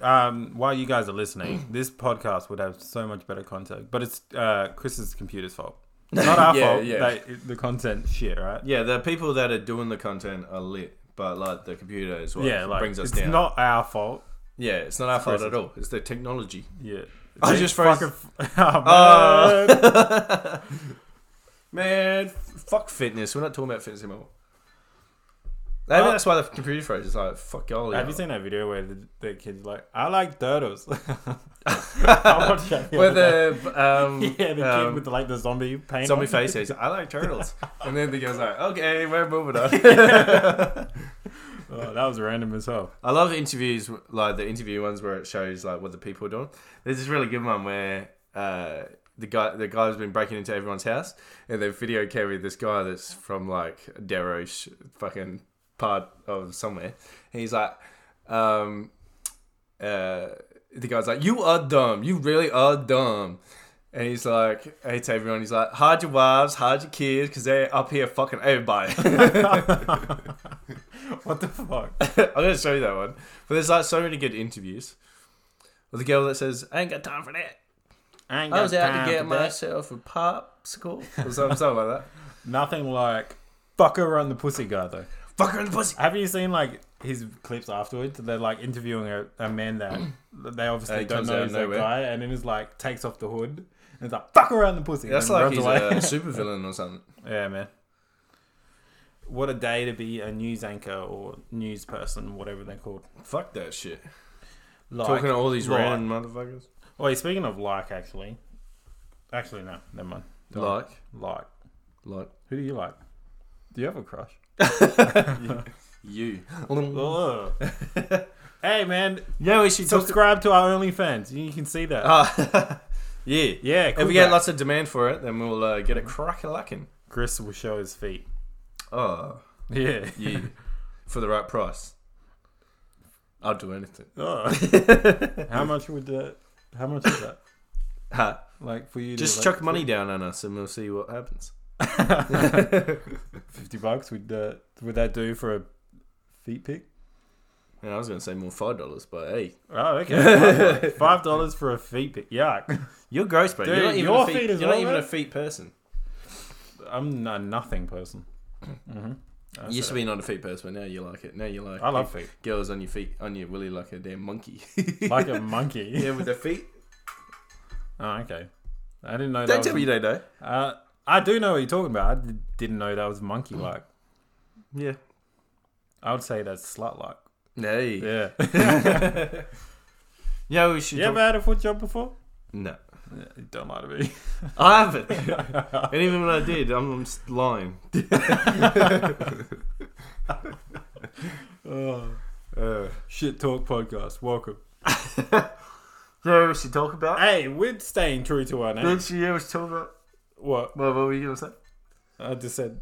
[SPEAKER 1] um, while you guys are
[SPEAKER 2] <clears throat>
[SPEAKER 1] listening, this podcast would have so much better content. But it's uh, Chris's computer's fault.
[SPEAKER 2] <laughs>
[SPEAKER 1] It's not our
[SPEAKER 2] Yeah,
[SPEAKER 1] fault.
[SPEAKER 2] yeah.
[SPEAKER 1] They, the content shit, right?
[SPEAKER 2] Yeah, the people that are doing the content are lit, but like the computer is what
[SPEAKER 1] yeah, like
[SPEAKER 2] brings us
[SPEAKER 1] it's
[SPEAKER 2] down.
[SPEAKER 1] not our fault.
[SPEAKER 2] yeah, it's not our fault
[SPEAKER 1] Chris-
[SPEAKER 2] at all. It's the technology.
[SPEAKER 1] Yeah.
[SPEAKER 2] I
[SPEAKER 1] They
[SPEAKER 2] just froze-
[SPEAKER 1] fucking <laughs> f- oh, man. <laughs>
[SPEAKER 2] Man, f- fuck fitness. We're not talking about fitness anymore. Maybe
[SPEAKER 1] Oh.
[SPEAKER 2] that's why the computer froze. It's like, fuck y'all.
[SPEAKER 1] Have
[SPEAKER 2] y'all.
[SPEAKER 1] you seen that video where the, the kid's like, "I like turtles"? <laughs>
[SPEAKER 2] <laughs>
[SPEAKER 1] I watched that the
[SPEAKER 2] Where
[SPEAKER 1] other day.
[SPEAKER 2] the, um,
[SPEAKER 1] <laughs> yeah, the kid
[SPEAKER 2] um,
[SPEAKER 1] with like the zombie paint. <laughs>
[SPEAKER 2] zombie
[SPEAKER 1] on.
[SPEAKER 2] face says, I like turtles. and then the guy's like, okay, we're
[SPEAKER 1] <laughs>
[SPEAKER 2] moving on.
[SPEAKER 1] Oh, that was random as hell.
[SPEAKER 2] I love interviews, like the interview ones where it shows like what the people are doing. There's this really good one where uh, the guy the guy's been breaking into everyone's house, and they video carry this guy that's from like Darrow sh- fucking part of somewhere. And he's like, um, uh, the guy's like, you are dumb. You really are dumb. And he's like, hey to everyone, he's like, hide your wives, hide your kids, because they're up here fucking everybody.
[SPEAKER 1] What the fuck?
[SPEAKER 2] I'm gonna show you that one. But there's like so many good interviews. With a girl that says, I ain't got time for that.
[SPEAKER 1] I, ain't
[SPEAKER 2] I was
[SPEAKER 1] got
[SPEAKER 2] out
[SPEAKER 1] time
[SPEAKER 2] to
[SPEAKER 1] for
[SPEAKER 2] get
[SPEAKER 1] that."
[SPEAKER 2] myself a popsicle. Or something, something like that.
[SPEAKER 1] Nothing like fucker on the pussy guy though.
[SPEAKER 2] <laughs> Fuck her in the pussy.
[SPEAKER 1] Have you seen like his clips afterwards? They're like interviewing a, a man
[SPEAKER 2] <clears throat>
[SPEAKER 1] that they obviously
[SPEAKER 2] He
[SPEAKER 1] don't
[SPEAKER 2] comes
[SPEAKER 1] know
[SPEAKER 2] out
[SPEAKER 1] he's
[SPEAKER 2] of
[SPEAKER 1] that
[SPEAKER 2] nowhere.
[SPEAKER 1] guy, and then it's like takes off the hood. And it's like fuck around the pussy. and
[SPEAKER 2] <laughs> That's
[SPEAKER 1] then
[SPEAKER 2] like
[SPEAKER 1] runs <laughs>
[SPEAKER 2] he's
[SPEAKER 1] away.
[SPEAKER 2] a supervillain or something.
[SPEAKER 1] yeah, man. what a day to be a news anchor or news person, whatever they're called.
[SPEAKER 2] Fuck that shit.
[SPEAKER 1] Like,
[SPEAKER 2] Talking to all these
[SPEAKER 1] right.
[SPEAKER 2] random motherfuckers.
[SPEAKER 1] Wait, speaking of like, actually, actually no, never mind. Don't.
[SPEAKER 2] Like,
[SPEAKER 1] Like,
[SPEAKER 2] like
[SPEAKER 1] who do you like? Do you have a crush?
[SPEAKER 2] you. <laughs>
[SPEAKER 1] Ugh. hey man,
[SPEAKER 2] Yeah, we should talk.
[SPEAKER 1] subscribe to our OnlyFans. You can see that.
[SPEAKER 2] Ah, yeah.
[SPEAKER 1] yeah,
[SPEAKER 2] If
[SPEAKER 1] click
[SPEAKER 2] we get
[SPEAKER 1] that.
[SPEAKER 2] lots of demand for it, then we'll uh, get a crack a lacking.
[SPEAKER 1] Chris will show his feet.
[SPEAKER 2] Oh,
[SPEAKER 1] <laughs> Yeah.
[SPEAKER 2] yeah. <laughs> For the right price. I'll do anything.
[SPEAKER 1] Oh. how much would that? How much is that?
[SPEAKER 2] Ha.
[SPEAKER 1] Like for you?
[SPEAKER 2] Just
[SPEAKER 1] to, like,
[SPEAKER 2] chuck money down on us and we'll see what happens.
[SPEAKER 1] <laughs> Fifty bucks would uh, would that do for a feet pick?
[SPEAKER 2] And I was going to say more $5, but hey.
[SPEAKER 1] Oh, <laughs> okay. Five dollars for a feet pick. Yuck.
[SPEAKER 2] You're gross, bro.
[SPEAKER 1] Dude,
[SPEAKER 2] you're not even,
[SPEAKER 1] your
[SPEAKER 2] a, feet,
[SPEAKER 1] feet as
[SPEAKER 2] you're
[SPEAKER 1] well,
[SPEAKER 2] not even
[SPEAKER 1] man.
[SPEAKER 2] a feet person.
[SPEAKER 1] I'm a nothing person. Mm-hmm.
[SPEAKER 2] You used to be not a feet person, but now you like it. Now you like
[SPEAKER 1] I love
[SPEAKER 2] <laughs>
[SPEAKER 1] feet.
[SPEAKER 2] girls on your feet, on your willy like a damn monkey. <laughs>
[SPEAKER 1] Like a <laughs> monkey.
[SPEAKER 2] yeah, with their <laughs> feet.
[SPEAKER 1] Oh, okay. I didn't know
[SPEAKER 2] Don't
[SPEAKER 1] that
[SPEAKER 2] tell me
[SPEAKER 1] was.
[SPEAKER 2] you don't know.
[SPEAKER 1] Uh, I do know what you're talking about. I d- didn't know that was monkey like.
[SPEAKER 2] Yeah.
[SPEAKER 1] I would say that's slut like.
[SPEAKER 2] Hey. Yeah,
[SPEAKER 1] Yeah. <laughs>
[SPEAKER 2] we should.
[SPEAKER 1] you
[SPEAKER 2] talk-
[SPEAKER 1] ever had a foot job before?
[SPEAKER 2] No.
[SPEAKER 1] Yeah, don't lie to me. <laughs>
[SPEAKER 2] I haven't. <laughs> and even when I did, I'm, I'm just lying. <laughs>
[SPEAKER 1] Oh.
[SPEAKER 2] Uh,
[SPEAKER 1] Shit Talk Podcast. Welcome.
[SPEAKER 2] Yeah, we should talk about.
[SPEAKER 1] Hey, we're staying true to our name.
[SPEAKER 2] Bitch, yeah, we should talk about.
[SPEAKER 1] What?
[SPEAKER 2] Well, what were you going to say?
[SPEAKER 1] I just said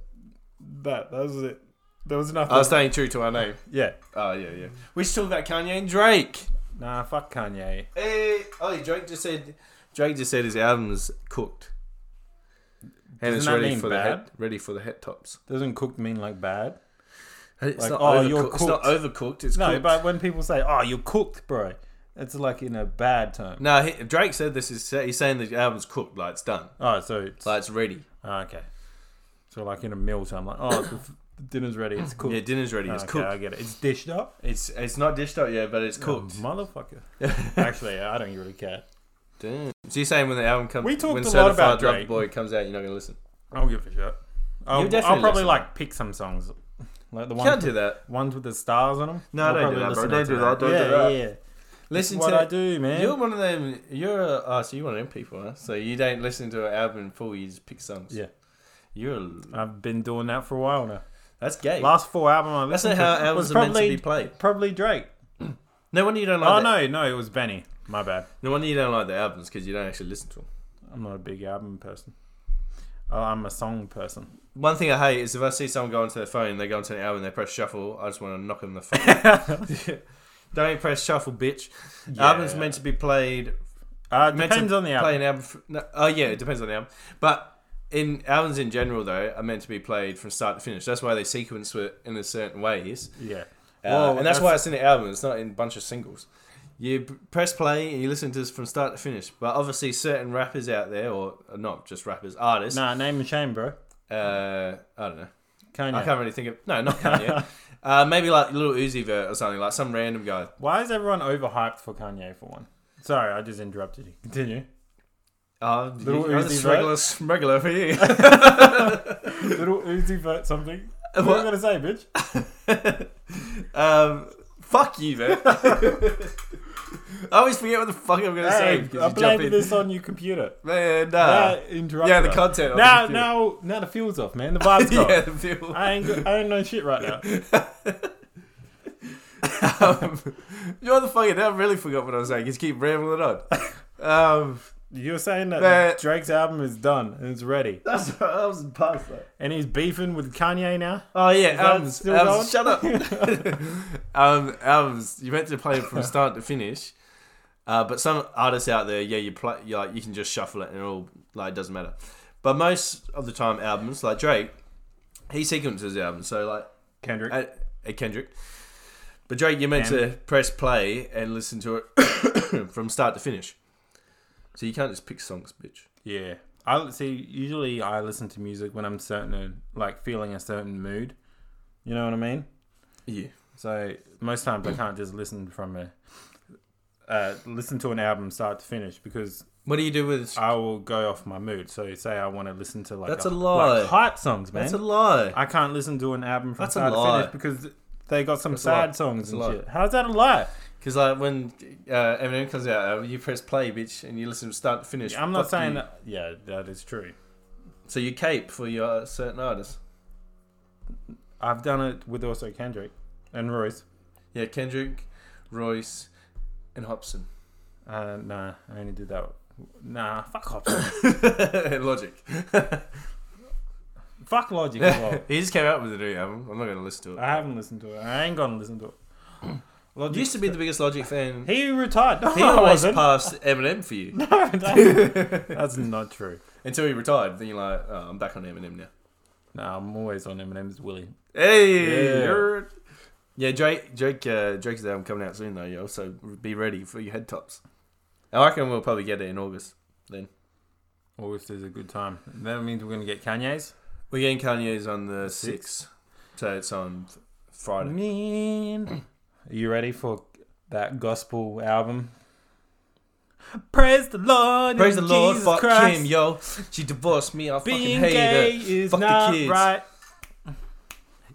[SPEAKER 1] that. That was it. There was nothing.
[SPEAKER 2] I was Oh, staying true to our name.
[SPEAKER 1] yeah.
[SPEAKER 2] Uh, Oh, yeah, yeah. We should talk about Kanye and Drake.
[SPEAKER 1] Nah, fuck Kanye.
[SPEAKER 2] Hey, oh, Drake just said Drake just said his album's cooked, and
[SPEAKER 1] Doesn't
[SPEAKER 2] it's
[SPEAKER 1] that
[SPEAKER 2] ready
[SPEAKER 1] mean
[SPEAKER 2] for the
[SPEAKER 1] bad?
[SPEAKER 2] head, ready for the head tops.
[SPEAKER 1] Doesn't cooked mean like bad?
[SPEAKER 2] It's
[SPEAKER 1] Like,
[SPEAKER 2] not
[SPEAKER 1] oh,
[SPEAKER 2] overcooked.
[SPEAKER 1] you're
[SPEAKER 2] It's not
[SPEAKER 1] cooked.
[SPEAKER 2] overcooked. It's
[SPEAKER 1] No,
[SPEAKER 2] cooked.
[SPEAKER 1] but when people say, oh, you're cooked, bro, it's like in a bad term.
[SPEAKER 2] no. He, Drake said this is he's saying the album's cooked, like it's done,
[SPEAKER 1] Oh, so it's
[SPEAKER 2] like it's ready.
[SPEAKER 1] Oh, okay. So like in a meal time, like oh, the, the dinner's ready. It's cooked.
[SPEAKER 2] Yeah, dinner's ready.
[SPEAKER 1] Oh,
[SPEAKER 2] it's
[SPEAKER 1] okay,
[SPEAKER 2] cooked.
[SPEAKER 1] I get it. It's dished up.
[SPEAKER 2] It's it's not dished up yet, but it's cooked.
[SPEAKER 1] Oh,
[SPEAKER 2] <laughs>
[SPEAKER 1] motherfucker. Actually, I don't really care.
[SPEAKER 2] Damn. So you're saying when the album comes,
[SPEAKER 1] We talked
[SPEAKER 2] when
[SPEAKER 1] a lot
[SPEAKER 2] Certified
[SPEAKER 1] about
[SPEAKER 2] Lover
[SPEAKER 1] Drake.
[SPEAKER 2] Boy comes out, you're not gonna listen.
[SPEAKER 1] I don't give a shit. I'll,
[SPEAKER 2] definitely
[SPEAKER 1] I'll probably
[SPEAKER 2] listen.
[SPEAKER 1] like pick some songs, like the
[SPEAKER 2] You
[SPEAKER 1] ones
[SPEAKER 2] can't
[SPEAKER 1] with,
[SPEAKER 2] do that.
[SPEAKER 1] ones with the stars on them.
[SPEAKER 2] No, don't do that, bro. Don't do that, don't do
[SPEAKER 1] yeah,
[SPEAKER 2] that.
[SPEAKER 1] Yeah,
[SPEAKER 2] Listen
[SPEAKER 1] what
[SPEAKER 2] to
[SPEAKER 1] I do, man.
[SPEAKER 2] You're one of them. You're a, oh, so you're one of them people, huh? So you don't listen to an album in full. You just pick songs.
[SPEAKER 1] Yeah.
[SPEAKER 2] You're a,
[SPEAKER 1] I've been doing that for a while now.
[SPEAKER 2] that's gay.
[SPEAKER 1] Last four album I
[SPEAKER 2] That's
[SPEAKER 1] listened
[SPEAKER 2] not how
[SPEAKER 1] to was
[SPEAKER 2] albums are
[SPEAKER 1] probably
[SPEAKER 2] meant to be played.
[SPEAKER 1] probably Drake.
[SPEAKER 2] No wonder you don't like.
[SPEAKER 1] Oh
[SPEAKER 2] the,
[SPEAKER 1] no, no, it was Benny. My bad.
[SPEAKER 2] No wonder you don't like the albums because you don't actually listen to them.
[SPEAKER 1] I'm not a big album person. Oh, I'm a song person.
[SPEAKER 2] One thing I hate is if I see someone go onto their phone, they go onto an album, they press shuffle. I just want to knock them in the phone.
[SPEAKER 1] <laughs>
[SPEAKER 2] <laughs> don't press shuffle, bitch. Albums meant to be played.
[SPEAKER 1] Uh,
[SPEAKER 2] meant
[SPEAKER 1] depends
[SPEAKER 2] to
[SPEAKER 1] on the
[SPEAKER 2] Play
[SPEAKER 1] album.
[SPEAKER 2] an album. f no, oh yeah, it depends on the album. But in albums in general, though, are meant to be played from start to finish. That's why they sequence it in a certain ways.
[SPEAKER 1] Yeah.
[SPEAKER 2] Uh,
[SPEAKER 1] Well,
[SPEAKER 2] and that's, why it's in the album. It's not in a bunch of singles. You p- press play and you listen to this from start to finish. But obviously, certain rappers out there, or not just rappers, <laughs> artists.
[SPEAKER 1] Nah, name and shame, bro.
[SPEAKER 2] Uh, I don't know. I
[SPEAKER 1] Kanye.
[SPEAKER 2] can't really think of. No, not Kanye.
[SPEAKER 1] <laughs>
[SPEAKER 2] uh, maybe like Little Uzi Vert or something like some random guy.
[SPEAKER 1] Why is everyone overhyped for Kanye for one? Sorry, I just interrupted you. Continue.
[SPEAKER 2] Uh,
[SPEAKER 1] Lil
[SPEAKER 2] you-
[SPEAKER 1] Uzi
[SPEAKER 2] this
[SPEAKER 1] Vert?
[SPEAKER 2] regular, regular for you.
[SPEAKER 1] Little Uzi Vert
[SPEAKER 2] <laughs>
[SPEAKER 1] something. What, what are you gonna say, bitch?
[SPEAKER 2] um, fuck you, <laughs> man. I always forget what the fuck I'm gonna say
[SPEAKER 1] Hey, I
[SPEAKER 2] because you jump
[SPEAKER 1] blamed
[SPEAKER 2] in.
[SPEAKER 1] this on your computer.
[SPEAKER 2] Man, nah.
[SPEAKER 1] Uh, interrupt.
[SPEAKER 2] Ah. <laughs> yeah, the content. on
[SPEAKER 1] Now,
[SPEAKER 2] the
[SPEAKER 1] now, now the fuel's off, man. The
[SPEAKER 2] <laughs>
[SPEAKER 1] vibe's
[SPEAKER 2] computer.
[SPEAKER 1] gone.
[SPEAKER 2] yeah, the feel.
[SPEAKER 1] I ain't. Go- I don't know shit right now.
[SPEAKER 2] <laughs> um, you're the fucking. I really forgot what I was saying. Just keep rambling <laughs> on. Um,
[SPEAKER 1] You're saying that
[SPEAKER 2] Man.
[SPEAKER 1] Drake's album is done and it's ready,
[SPEAKER 2] that's what I was past that.
[SPEAKER 1] and he's beefing with Kanye now.
[SPEAKER 2] Oh yeah,
[SPEAKER 1] that
[SPEAKER 2] albums.
[SPEAKER 1] still
[SPEAKER 2] albums shut
[SPEAKER 1] <laughs>
[SPEAKER 2] up. <laughs> um, albums. You meant to play it from start to finish, uh, but some artists out there, yeah, you play, you like, you can just shuffle it and it all like it doesn't matter. But most of the time, albums like Drake, he sequences albums. So like
[SPEAKER 1] Kendrick.
[SPEAKER 2] at, at Kendrick, but Drake, you're meant
[SPEAKER 1] Damn.
[SPEAKER 2] to press play and listen to it <coughs> from start to finish. So you can't just pick songs, bitch.
[SPEAKER 1] Yeah. I see. Usually, I listen to music when I'm certain, like feeling a certain mood. You know what I mean?
[SPEAKER 2] Yeah. Mm.
[SPEAKER 1] So most times I can't just listen from a uh, listen to an album start to finish because
[SPEAKER 2] What do you do with?
[SPEAKER 1] I will go off my mood. So say I want to listen to like
[SPEAKER 2] That's a lie.
[SPEAKER 1] lot like hype songs, man.
[SPEAKER 2] That's a lie.
[SPEAKER 1] I can't listen to an album from
[SPEAKER 2] That's a
[SPEAKER 1] start to
[SPEAKER 2] lie.
[SPEAKER 1] finish because they got some
[SPEAKER 2] That's a lie.
[SPEAKER 1] sad songs
[SPEAKER 2] That's a
[SPEAKER 1] and
[SPEAKER 2] lie.
[SPEAKER 1] shit. How's that a lie?
[SPEAKER 2] Because like when uh, Eminem comes out, uh, you press play, bitch, and you listen to start to finish.
[SPEAKER 1] I'm not
[SPEAKER 2] Fuck
[SPEAKER 1] saying
[SPEAKER 2] you.
[SPEAKER 1] that. Yeah, that is true.
[SPEAKER 2] So you cape for your uh, certain artists.
[SPEAKER 1] I've done it with also Kendrick and Royce.
[SPEAKER 2] Yeah, Kendrick, Royce, and Hobson. <laughs>
[SPEAKER 1] Uh, nah, I only did that. Nah, fuck Hobson.
[SPEAKER 2] <coughs> Logic.
[SPEAKER 1] fuck Logic as
[SPEAKER 2] <laughs>
[SPEAKER 1] well.
[SPEAKER 2] he just came out with a new album. I'm not going to listen to it.
[SPEAKER 1] I haven't listened to it. I ain't gonna listen to it. Logic.
[SPEAKER 2] used to be the biggest Logic fan.
[SPEAKER 1] he retired. <laughs> No,
[SPEAKER 2] <laughs> He
[SPEAKER 1] I
[SPEAKER 2] always
[SPEAKER 1] wasn't.
[SPEAKER 2] passed Eminem for you <laughs>
[SPEAKER 1] No, that- that's not true.
[SPEAKER 2] until he retired. Then you're like, oh, I'm back on Eminem now.
[SPEAKER 1] Nah, I'm always on Eminem's Willie.
[SPEAKER 2] Hey,
[SPEAKER 1] Yeah.
[SPEAKER 2] yeah, yeah Drake, Drake, uh, Drake's album coming out soon though. You also be ready for your head tops. I reckon we'll probably get it in August.
[SPEAKER 1] August is a good time. That means we're gonna get Kanye's.
[SPEAKER 2] We're getting Kanye's on the
[SPEAKER 1] Sixth.
[SPEAKER 2] sixth, so it's on f- Friday.
[SPEAKER 1] Mm, Mean. Are you ready for that gospel album? Praise the Lord.
[SPEAKER 2] Praise the
[SPEAKER 1] and
[SPEAKER 2] Lord,
[SPEAKER 1] Jesus
[SPEAKER 2] fuck
[SPEAKER 1] Christ.
[SPEAKER 2] him, yo. She divorced me. I
[SPEAKER 1] Being
[SPEAKER 2] fucking hate
[SPEAKER 1] gay
[SPEAKER 2] it.
[SPEAKER 1] is
[SPEAKER 2] Fuck the
[SPEAKER 1] not
[SPEAKER 2] kids.
[SPEAKER 1] right.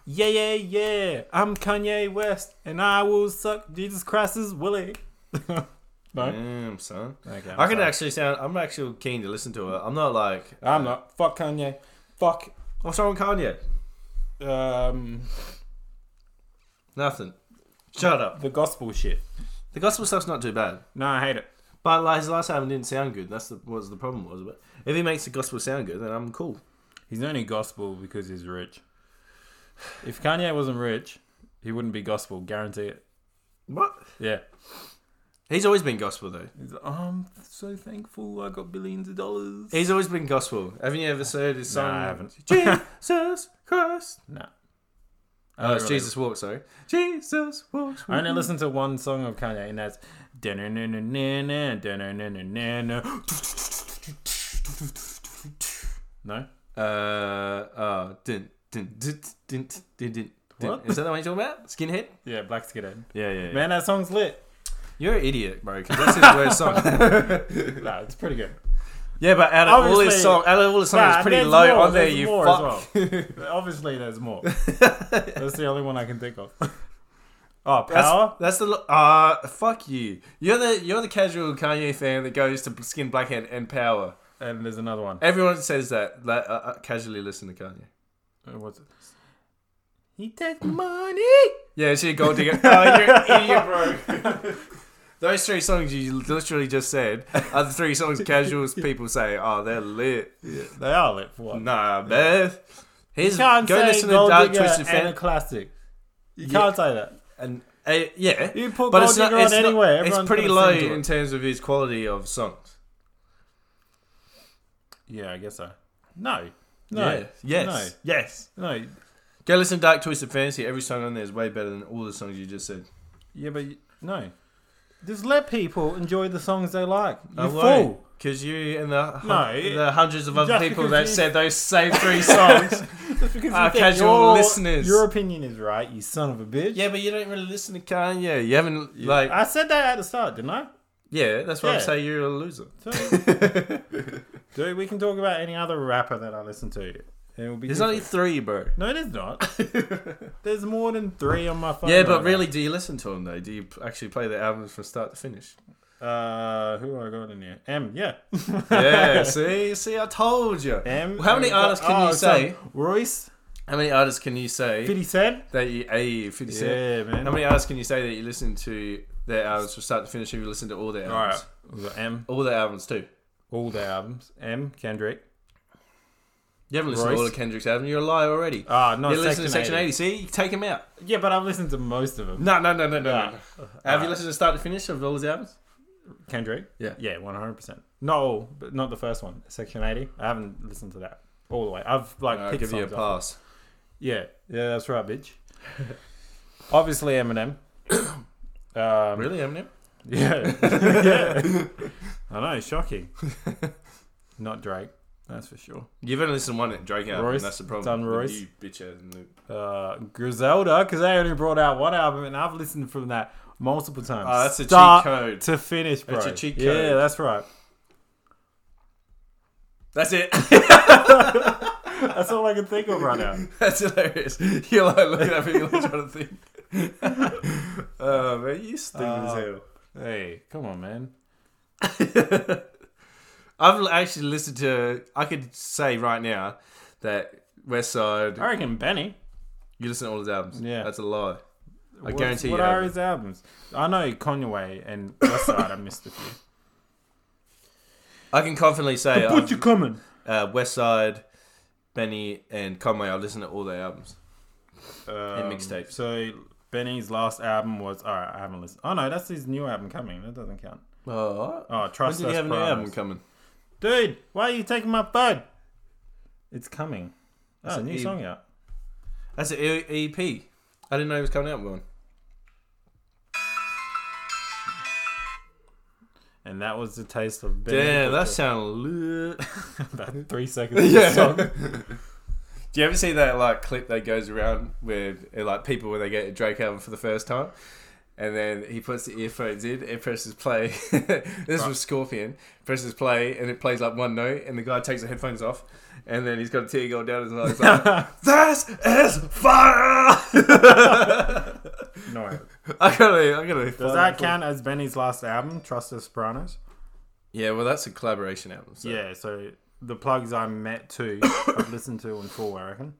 [SPEAKER 1] Yeah, yeah, yeah. I'm Kanye West, and I will suck Jesus Christ's willy. <laughs> no.
[SPEAKER 2] Damn, son.
[SPEAKER 1] Okay, I'm
[SPEAKER 2] i can
[SPEAKER 1] sorry.
[SPEAKER 2] actually sound. I'm actually keen to listen to it. I'm not like.
[SPEAKER 1] I'm not. Fuck Kanye. Fuck.
[SPEAKER 2] What's wrong with Kanye?
[SPEAKER 1] Um,
[SPEAKER 2] Nothing. Shut up.
[SPEAKER 1] the gospel shit.
[SPEAKER 2] The gospel stuff's not too bad,
[SPEAKER 1] No, I hate it.
[SPEAKER 2] but like his last album didn't sound good. That's the was the problem was. But if he makes the gospel sound good, then I'm cool.
[SPEAKER 1] He's only gospel because he's rich. If Kanye wasn't rich, he wouldn't be gospel. Guarantee it.
[SPEAKER 2] What?
[SPEAKER 1] Yeah.
[SPEAKER 2] He's always been gospel though.
[SPEAKER 1] He's like, "Oh, I'm so thankful I got billions of dollars.
[SPEAKER 2] He's always been gospel. Haven't you ever heard his
[SPEAKER 1] No,
[SPEAKER 2] song?
[SPEAKER 1] I haven't.
[SPEAKER 2] <laughs> Jesus Christ.
[SPEAKER 1] No. I
[SPEAKER 2] Oh,
[SPEAKER 1] don't
[SPEAKER 2] it's
[SPEAKER 1] really-
[SPEAKER 2] Jesus Walks. Sorry, Jesus Walks.
[SPEAKER 1] I only listen to one song of Kanye, and that's. No?
[SPEAKER 2] Uh, uh, dun, dun, dun, dun, dun, dun, dun.
[SPEAKER 1] What?
[SPEAKER 2] Is that the one you're talking about? Skinhead?
[SPEAKER 1] Yeah, Black Skinhead.
[SPEAKER 2] Yeah, yeah, yeah.
[SPEAKER 1] Man, that song's lit.
[SPEAKER 2] You're an idiot, bro, 'cause that's his
[SPEAKER 1] <laughs>
[SPEAKER 2] worst song.
[SPEAKER 1] Nah, it's pretty good.
[SPEAKER 2] yeah, but out of all his
[SPEAKER 1] Obviously-
[SPEAKER 2] song, out of all his songs,
[SPEAKER 1] Nah,
[SPEAKER 2] it's pretty
[SPEAKER 1] there's
[SPEAKER 2] low
[SPEAKER 1] more,
[SPEAKER 2] on there.
[SPEAKER 1] there's
[SPEAKER 2] You
[SPEAKER 1] more
[SPEAKER 2] fuck.
[SPEAKER 1] as well.
[SPEAKER 2] <laughs>
[SPEAKER 1] Obviously, there's more. That's the only one I can think of. <laughs> Oh,
[SPEAKER 2] That's,
[SPEAKER 1] Power?
[SPEAKER 2] that's the lo- uh fuck you. You're the you're the casual Kanye fan that goes to Skin Blackhead and Power.
[SPEAKER 1] And there's another one.
[SPEAKER 2] Everyone says that. Like, uh, uh, casually listen to Kanye.
[SPEAKER 1] Uh, What's it? He takes money!
[SPEAKER 2] Yeah, she a gold digger. <laughs> oh, you're an idiot, bro. <laughs> Those three songs you literally just said are the three songs <laughs> casuals people say, oh, they're lit.
[SPEAKER 1] They are lit for what?
[SPEAKER 2] Nah, man. Here's
[SPEAKER 1] can't
[SPEAKER 2] go
[SPEAKER 1] say
[SPEAKER 2] listen to
[SPEAKER 1] Gold
[SPEAKER 2] Dark
[SPEAKER 1] Digger
[SPEAKER 2] Twisted
[SPEAKER 1] and a
[SPEAKER 2] Fan.
[SPEAKER 1] classic. You
[SPEAKER 2] Yeah.
[SPEAKER 1] can't say that.
[SPEAKER 2] And, uh, yeah.
[SPEAKER 1] You put
[SPEAKER 2] But
[SPEAKER 1] Gold
[SPEAKER 2] it's not,
[SPEAKER 1] Digger
[SPEAKER 2] it's,
[SPEAKER 1] on
[SPEAKER 2] not-
[SPEAKER 1] anywhere.
[SPEAKER 2] it's
[SPEAKER 1] everyone's
[SPEAKER 2] pretty
[SPEAKER 1] gonna
[SPEAKER 2] low
[SPEAKER 1] sing to
[SPEAKER 2] in
[SPEAKER 1] it.
[SPEAKER 2] terms of his quality of songs.
[SPEAKER 1] Yeah, I guess so. No. No.
[SPEAKER 2] Yeah. Yes. Yes.
[SPEAKER 1] No. No.
[SPEAKER 2] Go listen to Dark Twisted Fantasy. Every song on there is way better than all the songs you just said.
[SPEAKER 1] Yeah, but you- no. Just let people enjoy the songs they like. You fool. <laughs>
[SPEAKER 2] Because you and the, hun-
[SPEAKER 1] No, it-
[SPEAKER 2] the hundreds of other
[SPEAKER 1] just
[SPEAKER 2] people
[SPEAKER 1] because
[SPEAKER 2] that
[SPEAKER 1] you-
[SPEAKER 2] said those same
[SPEAKER 1] <laughs>
[SPEAKER 2] three songs.
[SPEAKER 1] Just because you
[SPEAKER 2] Our
[SPEAKER 1] think
[SPEAKER 2] Uh, casual
[SPEAKER 1] your-
[SPEAKER 2] listeners.
[SPEAKER 1] Your opinion is right, you son of a bitch.
[SPEAKER 2] Yeah, but you don't really listen to Kanye. You haven't like
[SPEAKER 1] I said that at the start, didn't I?
[SPEAKER 2] yeah. That's why
[SPEAKER 1] Yeah.
[SPEAKER 2] I'm saying you're a loser. <laughs>
[SPEAKER 1] So, dude, we can talk about any other rapper that I listen to. and It'll be
[SPEAKER 2] There's
[SPEAKER 1] different.
[SPEAKER 2] only three, bro.
[SPEAKER 1] No, there's not. there's more than three on my phone.
[SPEAKER 2] Yeah, but
[SPEAKER 1] right
[SPEAKER 2] really, do you listen to them though? Do you p- actually play the albums from start
[SPEAKER 1] <laughs>
[SPEAKER 2] to finish?
[SPEAKER 1] now. Uh, who I got in here? M, yeah.
[SPEAKER 2] Yeah. see, see, I told you.
[SPEAKER 1] <laughs> M.
[SPEAKER 2] How many
[SPEAKER 1] and we've
[SPEAKER 2] artists can
[SPEAKER 1] got-
[SPEAKER 2] you
[SPEAKER 1] oh, so
[SPEAKER 2] say?
[SPEAKER 1] Royce,
[SPEAKER 2] How many artists can you say
[SPEAKER 1] 50 Cent.
[SPEAKER 2] that you? Hey, Fifty Cent.
[SPEAKER 1] Yeah, man.
[SPEAKER 2] How many artists can you say that you listen to their albums from start to finish? If you listen to all their
[SPEAKER 1] All
[SPEAKER 2] albums,
[SPEAKER 1] right. We've got M,
[SPEAKER 2] all their albums too.
[SPEAKER 1] all the albums. M, Kendrick.
[SPEAKER 2] You haven't listened
[SPEAKER 1] Royce.
[SPEAKER 2] to all of Kendrick's albums. You're a liar already.
[SPEAKER 1] Ah, no,
[SPEAKER 2] you listen
[SPEAKER 1] Section,
[SPEAKER 2] to Section
[SPEAKER 1] 80.
[SPEAKER 2] 80. See, you take him out.
[SPEAKER 1] Yeah, but I've listened to most of them.
[SPEAKER 2] No, no, no, no, no.
[SPEAKER 1] Nah.
[SPEAKER 2] no. Have you listened to start to finish of all his albums?
[SPEAKER 1] Kendrick.
[SPEAKER 2] Yeah.
[SPEAKER 1] Yeah, 100%. No, all, but not the first one. Section 80. I haven't listened to that all the way. I've like
[SPEAKER 2] I'll
[SPEAKER 1] picked
[SPEAKER 2] give you a
[SPEAKER 1] songs off.
[SPEAKER 2] pass.
[SPEAKER 1] Yeah. Yeah, that's right, <laughs> bitch. Obviously <coughs> Eminem. um, <laughs>
[SPEAKER 2] Really, Eminem?
[SPEAKER 1] <laughs> Yeah. yeah. I know, shocking. Not Drake. That's for sure.
[SPEAKER 2] You've only listened to one Drake album.
[SPEAKER 1] Royce,
[SPEAKER 2] that's the problem.
[SPEAKER 1] done
[SPEAKER 2] with
[SPEAKER 1] Royce.
[SPEAKER 2] You bitch ass noob.
[SPEAKER 1] Uh, Griselda, because they only brought out one album, and I've listened from that multiple times.
[SPEAKER 2] Oh, that's a cheat
[SPEAKER 1] Start
[SPEAKER 2] code.
[SPEAKER 1] to finish, bro.
[SPEAKER 2] That's a cheat
[SPEAKER 1] Yeah,
[SPEAKER 2] code.
[SPEAKER 1] that's right.
[SPEAKER 2] That's it.
[SPEAKER 1] <laughs>
[SPEAKER 2] <laughs>
[SPEAKER 1] That's all I can think of right now.
[SPEAKER 2] That's hilarious. You're like looking at me, you're like trying to think. <laughs> oh man, you stupid as
[SPEAKER 1] Uh,
[SPEAKER 2] hell.
[SPEAKER 1] <laughs> Hey, come on, man.
[SPEAKER 2] I've l- actually listened to. I could say right now that West Side.
[SPEAKER 1] I reckon Benny.
[SPEAKER 2] You listen to all his albums.
[SPEAKER 1] Yeah.
[SPEAKER 2] that's a lie. I
[SPEAKER 1] What's-
[SPEAKER 2] guarantee
[SPEAKER 1] What
[SPEAKER 2] you.
[SPEAKER 1] are
[SPEAKER 2] haven't.
[SPEAKER 1] his albums? I know Conway and Westside. I missed a
[SPEAKER 2] <laughs>
[SPEAKER 1] few.
[SPEAKER 2] I can confidently say
[SPEAKER 1] Put
[SPEAKER 2] I've-
[SPEAKER 1] you coming.
[SPEAKER 2] uh, West Side, Benny, and Conway. I've listened to all their albums.
[SPEAKER 1] Um,
[SPEAKER 2] mixtape.
[SPEAKER 1] So Benny's last album was. All right, I haven't listened. Oh no, that's his new album coming. That doesn't count.
[SPEAKER 2] Oh,
[SPEAKER 1] Oh,
[SPEAKER 2] when
[SPEAKER 1] trust
[SPEAKER 2] did
[SPEAKER 1] us,
[SPEAKER 2] he have a new
[SPEAKER 1] Promise.
[SPEAKER 2] album coming?
[SPEAKER 1] Dude, why are you taking my phone? It's coming. That's
[SPEAKER 2] It's
[SPEAKER 1] a
[SPEAKER 2] an
[SPEAKER 1] new
[SPEAKER 2] E-
[SPEAKER 1] song out.
[SPEAKER 2] That's an E- EP. I didn't know he was coming out with one.
[SPEAKER 1] And that was the taste of Benny. <laughs>
[SPEAKER 2] Damn, that sounded lit. <laughs>
[SPEAKER 1] about three seconds of the
[SPEAKER 2] Yeah.
[SPEAKER 1] song.
[SPEAKER 2] <laughs>
[SPEAKER 1] <laughs>
[SPEAKER 2] Do you ever see that like clip that goes around where uh, like people when they get a Drake album for the first time, and then he puts the earphones in and presses play. <laughs> this was Scorpion presses play and it plays like one note, and the guy takes the headphones off, and then he's got a tear going down his eyes. <laughs> Like, this is fire. <laughs>
[SPEAKER 1] No.
[SPEAKER 2] I gotta, I gotta.
[SPEAKER 1] Does that count as Benny's last album, Trust the Sopranos?
[SPEAKER 2] Yeah, well, that's a collaboration album. So.
[SPEAKER 1] Yeah, so the plugs I met to, <coughs> I've listened to in full, I reckon.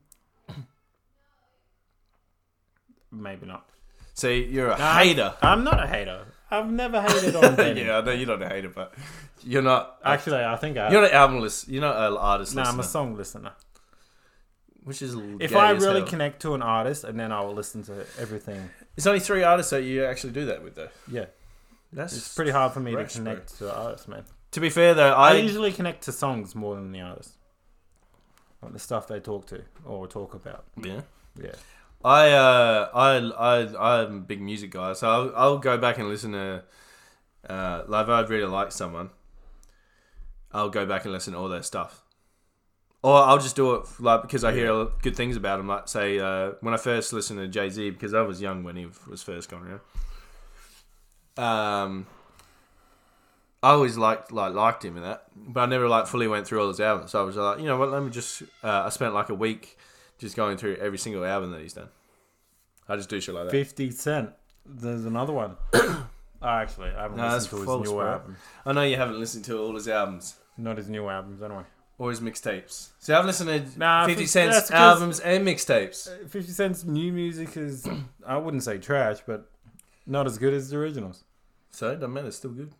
[SPEAKER 1] Maybe not.
[SPEAKER 2] See, you're a hater.
[SPEAKER 1] I'm not a hater. I've never hated
[SPEAKER 2] <laughs>
[SPEAKER 1] on Benny.
[SPEAKER 2] Ah. yeah, I know you're not a hater, but <laughs> you're not.
[SPEAKER 1] Actually, I think I.
[SPEAKER 2] You're not an album list. You're not an artist.
[SPEAKER 1] Ah. Nah, I'm
[SPEAKER 2] listener.
[SPEAKER 1] a song listener.
[SPEAKER 2] Which is
[SPEAKER 1] If
[SPEAKER 2] gay
[SPEAKER 1] I
[SPEAKER 2] as
[SPEAKER 1] really
[SPEAKER 2] hell.
[SPEAKER 1] connect to an artist, and then I will listen to everything.
[SPEAKER 2] it's only three artists that you actually do that with, though.
[SPEAKER 1] Yeah,
[SPEAKER 2] That's
[SPEAKER 1] it's pretty hard for me
[SPEAKER 2] fresh,
[SPEAKER 1] to
[SPEAKER 2] bro.
[SPEAKER 1] connect to artists, man.
[SPEAKER 2] To be fair, though,
[SPEAKER 1] I
[SPEAKER 2] I
[SPEAKER 1] usually connect to songs more than the artist, like the stuff they talk to or talk about.
[SPEAKER 2] yeah.
[SPEAKER 1] Yeah,
[SPEAKER 2] I uh, I I I'm a big music guy, so I'll, I'll go back and listen to. Uh, like if I really like someone, I'll go back and listen to all their stuff, or I'll just do it like because I hear a lot- good things about him. Like say uh, when I first listened to Jay Z, because I was young when he was first going around. Um, I always liked like liked him and that, but I never like fully went through all his albums. So I was like, you know what? Let me just. Uh, I spent like a week just going through every single album that he's done. I just do shit like that.
[SPEAKER 1] Fifty Cent. There's another one. <coughs> oh, actually, I haven't
[SPEAKER 2] No,
[SPEAKER 1] listened
[SPEAKER 2] that's
[SPEAKER 1] to his
[SPEAKER 2] false,
[SPEAKER 1] new
[SPEAKER 2] bro.
[SPEAKER 1] album.
[SPEAKER 2] I know you haven't listened to all his albums
[SPEAKER 1] Not his new albums, anyway.
[SPEAKER 2] or his mixtapes. So I've listened to
[SPEAKER 1] Nah,
[SPEAKER 2] 50
[SPEAKER 1] fif- that's 'cause-
[SPEAKER 2] Cent's albums and mixtapes.
[SPEAKER 1] Fifty Cent's new music is, I wouldn't say trash, but not as good as the originals,
[SPEAKER 2] So it doesn't matter, it's still good.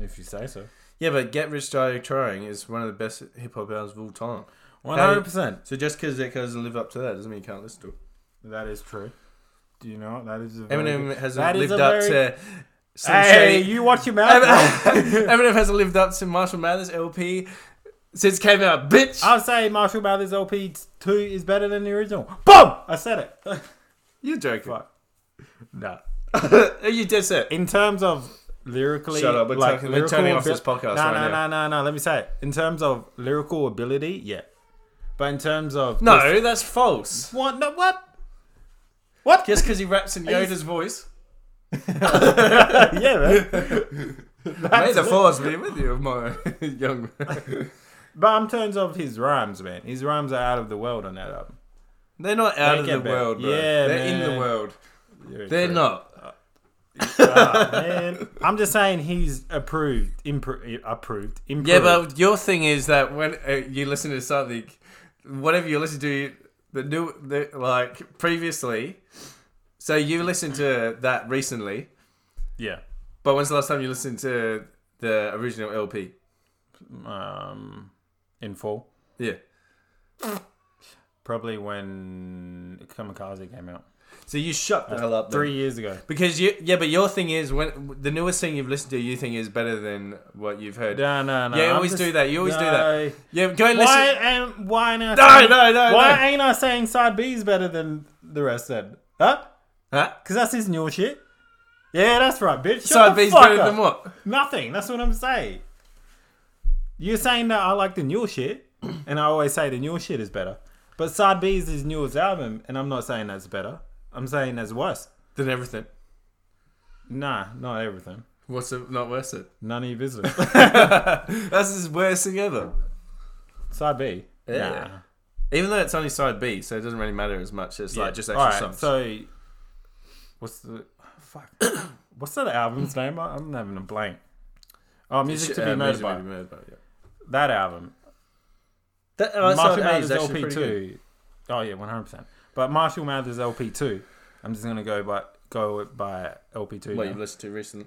[SPEAKER 1] if you say so.
[SPEAKER 2] Yeah, but Get Rich Die Trying is one of the best hip hop albums of all time.
[SPEAKER 1] One hundred percent.
[SPEAKER 2] So just because it doesn't live up to that doesn't mean you can't listen to it.
[SPEAKER 1] That is true. Do you know that is a very good-
[SPEAKER 2] Eminem hasn't
[SPEAKER 1] That is
[SPEAKER 2] lived
[SPEAKER 1] a
[SPEAKER 2] up
[SPEAKER 1] very-
[SPEAKER 2] to. Some
[SPEAKER 1] Hey,
[SPEAKER 2] Shady-
[SPEAKER 1] you watch your
[SPEAKER 2] <laughs>
[SPEAKER 1] mouth. bro.
[SPEAKER 2] Eminem hasn't lived up to Marshall Mathers LP since it came out, bitch.
[SPEAKER 1] <laughs> I'll say Marshall Mathers LP two is better than the original. Boom! I said it. <laughs>
[SPEAKER 2] You're joking. <laughs>
[SPEAKER 1] Fuck. no.
[SPEAKER 2] you did say it.
[SPEAKER 1] In terms of lyrically,
[SPEAKER 2] Shut up, we're
[SPEAKER 1] like,
[SPEAKER 2] talking- we're turning
[SPEAKER 1] lyrical
[SPEAKER 2] off this podcast
[SPEAKER 1] No,
[SPEAKER 2] right
[SPEAKER 1] no,
[SPEAKER 2] now.
[SPEAKER 1] no, no, no. Let me say it. In terms of lyrical ability, yeah. But in terms of
[SPEAKER 2] No, that's false.
[SPEAKER 1] what? No, what? What?
[SPEAKER 2] Just because he raps in
[SPEAKER 1] you-
[SPEAKER 2] Yoda's voice.
[SPEAKER 1] <laughs> yeah, man.
[SPEAKER 2] May the force be with you, my <laughs> young man.
[SPEAKER 1] But in terms of his rhymes, man, his rhymes are out of the world on that album.
[SPEAKER 2] They're not out
[SPEAKER 1] They
[SPEAKER 2] of
[SPEAKER 1] get
[SPEAKER 2] the
[SPEAKER 1] better.
[SPEAKER 2] world, bro.
[SPEAKER 1] Yeah,
[SPEAKER 2] They're in
[SPEAKER 1] man.
[SPEAKER 2] the world.
[SPEAKER 1] Yeah,
[SPEAKER 2] They're
[SPEAKER 1] true.
[SPEAKER 2] not.
[SPEAKER 1] Ah, man. I'm just saying he's approved, impro- approved, improved.
[SPEAKER 2] Yeah, but your thing is that when uh, you listen to something, whatever you listen to, the new, the, like previously, so you listened to that recently,
[SPEAKER 1] yeah.
[SPEAKER 2] but when's the last time you listened to the original LP?
[SPEAKER 1] um, in full.
[SPEAKER 2] Yeah.
[SPEAKER 1] Probably when Kamikaze came out
[SPEAKER 2] So you shut the hell up. then.
[SPEAKER 1] three years ago.
[SPEAKER 2] Because you, yeah, but your thing is when the newest thing you've listened to, you think is better than what you've heard.
[SPEAKER 1] No, no, no.
[SPEAKER 2] Yeah, you
[SPEAKER 1] I'm
[SPEAKER 2] always
[SPEAKER 1] just-
[SPEAKER 2] do that. You always do
[SPEAKER 1] No.
[SPEAKER 2] that. Yeah, go and
[SPEAKER 1] Why
[SPEAKER 2] listen.
[SPEAKER 1] am why not?
[SPEAKER 2] No, no, no,
[SPEAKER 1] why
[SPEAKER 2] no.
[SPEAKER 1] ain't I saying side B is better than the rest? Then, huh?
[SPEAKER 2] Huh?
[SPEAKER 1] Because that's his new shit. Yeah, that's right, bitch. Shut
[SPEAKER 2] Side
[SPEAKER 1] the
[SPEAKER 2] B's
[SPEAKER 1] fuck
[SPEAKER 2] better
[SPEAKER 1] up.
[SPEAKER 2] than what?
[SPEAKER 1] Nothing. That's what I'm saying. You're saying that I like the newer shit, <clears throat> and I always say the newer shit is better. But Side B is his newest album, and I'm not saying that's better. I'm saying that's worse.
[SPEAKER 2] Than everything.
[SPEAKER 1] Nah, not everything.
[SPEAKER 2] What's it, not worth it?
[SPEAKER 1] None of your business. <laughs>
[SPEAKER 2] That's his worst thing ever.
[SPEAKER 1] Side B.
[SPEAKER 2] Yeah.
[SPEAKER 1] Nah.
[SPEAKER 2] Even though it's only side B, so it doesn't really matter as much. It's like just extra
[SPEAKER 1] All right,
[SPEAKER 2] songs.
[SPEAKER 1] So, what's the fuck? <coughs> what's that album's name? I- I'm having a blank. Oh, music to be
[SPEAKER 2] Uh,
[SPEAKER 1] murdered
[SPEAKER 2] Music
[SPEAKER 1] by.
[SPEAKER 2] to be murdered by. Yeah.
[SPEAKER 1] That album.
[SPEAKER 2] That, uh,
[SPEAKER 1] Marshall
[SPEAKER 2] side A is
[SPEAKER 1] Mathers
[SPEAKER 2] actually
[SPEAKER 1] LP
[SPEAKER 2] pretty good.
[SPEAKER 1] two. Oh yeah, one hundred percent. But Marshall Mathers LP two. I'm just gonna go by go by LP two.
[SPEAKER 2] What
[SPEAKER 1] now.
[SPEAKER 2] you've listened to <laughs> recently?